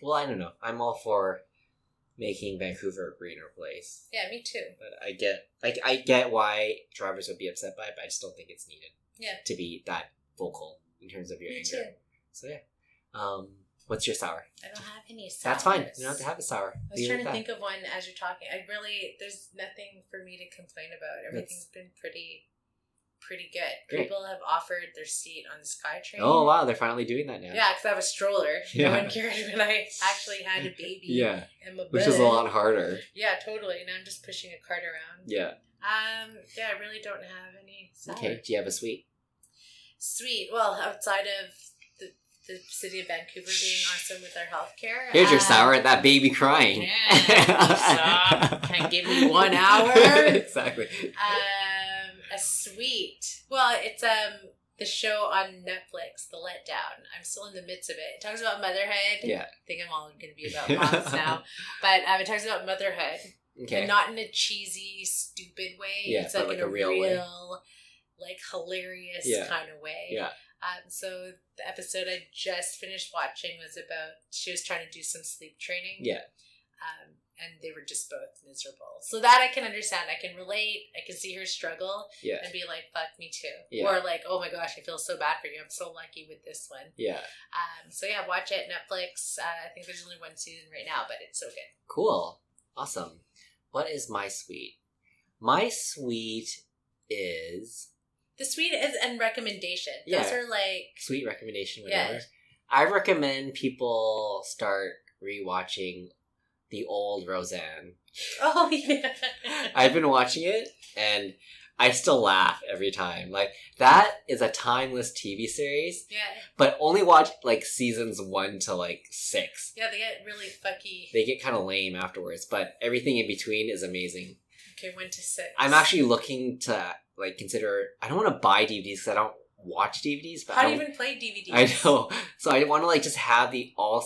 [SPEAKER 2] Well, I don't know. I'm all for making Vancouver a greener place.
[SPEAKER 1] Yeah, me too.
[SPEAKER 2] But I get like I get why drivers would be upset by it, but I just don't think it's needed.
[SPEAKER 1] Yeah.
[SPEAKER 2] To be that vocal in terms of your
[SPEAKER 1] Me
[SPEAKER 2] anger.
[SPEAKER 1] too.
[SPEAKER 2] So yeah. Um what's your sour?
[SPEAKER 1] I don't have any. Sours.
[SPEAKER 2] That's fine. You don't have to have a sour.
[SPEAKER 1] I was trying to think of one as you're talking. I really there's nothing for me to complain about. Everything's been pretty pretty good.
[SPEAKER 2] Great.
[SPEAKER 1] People have offered their seat on the SkyTrain.
[SPEAKER 2] Oh wow, they're finally doing that now.
[SPEAKER 1] Yeah, because I have a stroller.
[SPEAKER 2] Yeah.
[SPEAKER 1] No one cared when I actually had a baby.
[SPEAKER 2] Yeah.
[SPEAKER 1] and my
[SPEAKER 2] Which is a
[SPEAKER 1] bud.
[SPEAKER 2] lot harder.
[SPEAKER 1] Yeah, totally. Now I'm just pushing a cart around.
[SPEAKER 2] Yeah.
[SPEAKER 1] Um. Yeah, I really don't have any. Sour.
[SPEAKER 2] Okay. Do you have a sweet?
[SPEAKER 1] Sweet. Well, outside of the the city of Vancouver being awesome with our healthcare.
[SPEAKER 2] Here's your
[SPEAKER 1] um,
[SPEAKER 2] sour at that baby crying.
[SPEAKER 1] Yeah. Stop. Can't give me one hour.
[SPEAKER 2] exactly.
[SPEAKER 1] um, a sweet. Well, it's um the show on Netflix, The Letdown. I'm still in the midst of it. It talks about motherhood.
[SPEAKER 2] Yeah.
[SPEAKER 1] I think I'm all going to be about moms now. But um, it talks about motherhood,
[SPEAKER 2] Okay.
[SPEAKER 1] and not in a cheesy, stupid way.
[SPEAKER 2] Yeah,
[SPEAKER 1] it's
[SPEAKER 2] but
[SPEAKER 1] like,
[SPEAKER 2] like
[SPEAKER 1] in a,
[SPEAKER 2] a real
[SPEAKER 1] real,
[SPEAKER 2] way.
[SPEAKER 1] like hilarious
[SPEAKER 2] Yeah.
[SPEAKER 1] kind of way.
[SPEAKER 2] Yeah.
[SPEAKER 1] Um, so the episode I just finished watching was about she was trying to do some sleep training.
[SPEAKER 2] Yeah.
[SPEAKER 1] Um, and they were just both miserable. So that I can understand. I can relate. I can see her struggle
[SPEAKER 2] Yeah.
[SPEAKER 1] and be like, "Fuck me too,"
[SPEAKER 2] Yeah.
[SPEAKER 1] or like, "Oh my gosh, I feel so bad for you. I'm so lucky with this one."
[SPEAKER 2] Yeah.
[SPEAKER 1] Um, so yeah, watch it Netflix. Uh, I think there's only one season right now, but it's so good.
[SPEAKER 2] Cool. Awesome. What is my sweet? My sweet is
[SPEAKER 1] The sweet is and recommendation. Those
[SPEAKER 2] Yeah.
[SPEAKER 1] are like
[SPEAKER 2] Sweet recommendation,
[SPEAKER 1] Yeah.
[SPEAKER 2] whatever. I recommend people start rewatching the old Roseanne.
[SPEAKER 1] oh yeah.
[SPEAKER 2] I've been watching it and I still laugh every time. Like that is a timeless TV series,
[SPEAKER 1] yeah.
[SPEAKER 2] but only watch like seasons 1 to like 6.
[SPEAKER 1] Yeah, they get really fucky.
[SPEAKER 2] They get kind of lame afterwards, but everything in between is amazing.
[SPEAKER 1] Okay, one to six.
[SPEAKER 2] I'm actually looking to like consider I don't want to buy DVDs cuz I don't watch DVDs, but
[SPEAKER 1] How
[SPEAKER 2] I
[SPEAKER 1] do you
[SPEAKER 2] don't-
[SPEAKER 1] even play DVDs?
[SPEAKER 2] I know. So I want to like just have the all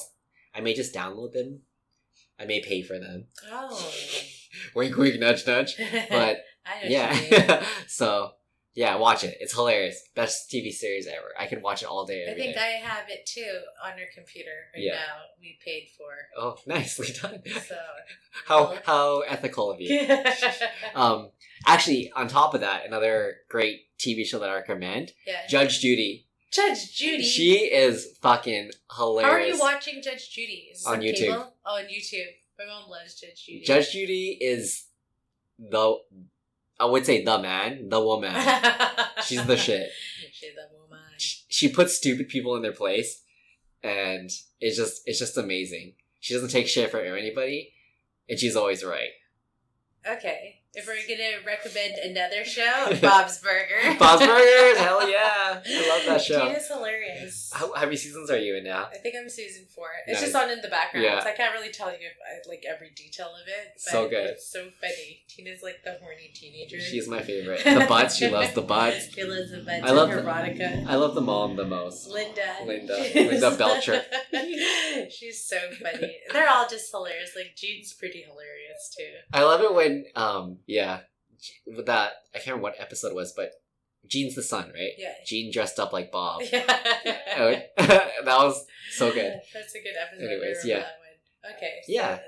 [SPEAKER 2] I may just download them. I may pay for them.
[SPEAKER 1] Oh.
[SPEAKER 2] wink wink nudge nudge. But
[SPEAKER 1] I know what you mean.
[SPEAKER 2] Yeah. so yeah, watch it. It's hilarious. Best TV series ever. I could watch it all day.
[SPEAKER 1] I
[SPEAKER 2] every day.
[SPEAKER 1] think I have it too on our computer right
[SPEAKER 2] Yeah.
[SPEAKER 1] now. We paid for
[SPEAKER 2] oh, nicely done.
[SPEAKER 1] so
[SPEAKER 2] how how ethical of you.
[SPEAKER 1] yeah.
[SPEAKER 2] um, actually, on top of that, another great TV show that I recommend, Judge Judy.
[SPEAKER 1] Judge Judy.
[SPEAKER 2] She is fucking
[SPEAKER 1] how are
[SPEAKER 2] hilarious.
[SPEAKER 1] you watching Judge Judy? Is this
[SPEAKER 2] On
[SPEAKER 1] on
[SPEAKER 2] YouTube.
[SPEAKER 1] Cable? Oh, on YouTube. My mom loves Judge Judy.
[SPEAKER 2] Judge Judy is the I would say the man, the woman. She's the shit.
[SPEAKER 1] She's a woman.
[SPEAKER 2] sh- she puts stupid people in their place and it's just it's just amazing she doesn't take shit from anybody and she's always right
[SPEAKER 1] Okay. If we're gonna recommend another show, Bob's Burger.
[SPEAKER 2] Bob's Burgers hell yeah I love that
[SPEAKER 1] Dude,
[SPEAKER 2] show
[SPEAKER 1] it's hilarious.
[SPEAKER 2] how, how many seasons are you in now
[SPEAKER 1] I think I'm season four. It's
[SPEAKER 2] Nice.
[SPEAKER 1] just on in the background,
[SPEAKER 2] Yeah.
[SPEAKER 1] so I can't really tell you if I, like every detail of it. But
[SPEAKER 2] So good.
[SPEAKER 1] It's so funny. Tina's like the horny teenager.
[SPEAKER 2] she's my favorite the butts she loves the butts
[SPEAKER 1] She loves the buds.
[SPEAKER 2] I love
[SPEAKER 1] and
[SPEAKER 2] the-
[SPEAKER 1] erotica.
[SPEAKER 2] I love the mom the most
[SPEAKER 1] Linda.
[SPEAKER 2] Linda. Linda Belcher.
[SPEAKER 1] She's so funny. They're all just hilarious. Like Jude's pretty hilarious too.
[SPEAKER 2] I love it when um yeah G- with that I can't remember what episode it was but Gene's the son right
[SPEAKER 1] Yeah.
[SPEAKER 2] Gene dressed up like Bob
[SPEAKER 1] Yeah.
[SPEAKER 2] Oh, that was so good
[SPEAKER 1] That's a good episode. I
[SPEAKER 2] Anyways,
[SPEAKER 1] remember
[SPEAKER 2] yeah.
[SPEAKER 1] That one. Okay. so
[SPEAKER 2] Yeah.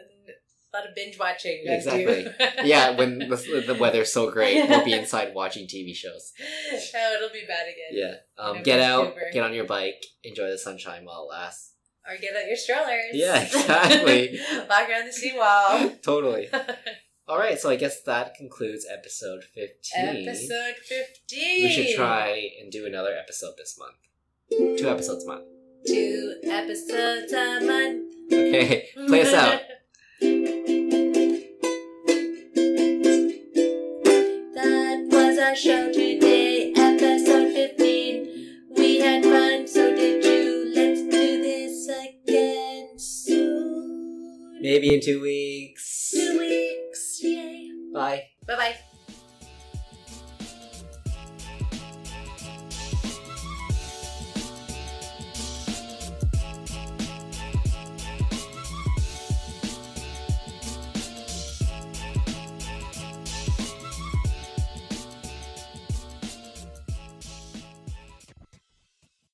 [SPEAKER 1] A lot of binge watching.
[SPEAKER 2] Yeah, exactly. yeah when the, the weather's so great we'll be inside watching TV shows
[SPEAKER 1] oh, it'll be bad again.
[SPEAKER 2] Yeah. Um,
[SPEAKER 1] Whenever
[SPEAKER 2] get
[SPEAKER 1] it's
[SPEAKER 2] out,
[SPEAKER 1] over.
[SPEAKER 2] get on your bike, enjoy the sunshine while it lasts.
[SPEAKER 1] Or get out your strollers.
[SPEAKER 2] Yeah, exactly.
[SPEAKER 1] Walk around the seawall.
[SPEAKER 2] totally. All right, so I guess that concludes episode 15.
[SPEAKER 1] Episode 15.
[SPEAKER 2] We should try and do another episode this month. Two episodes a month.
[SPEAKER 1] Two episodes a month.
[SPEAKER 2] Okay, play us out.
[SPEAKER 1] That was our show today, episode 15. We had fun, so did you. Let's do this again soon.
[SPEAKER 2] Maybe in two weeks.
[SPEAKER 1] Two weeks, yay.
[SPEAKER 2] Bye.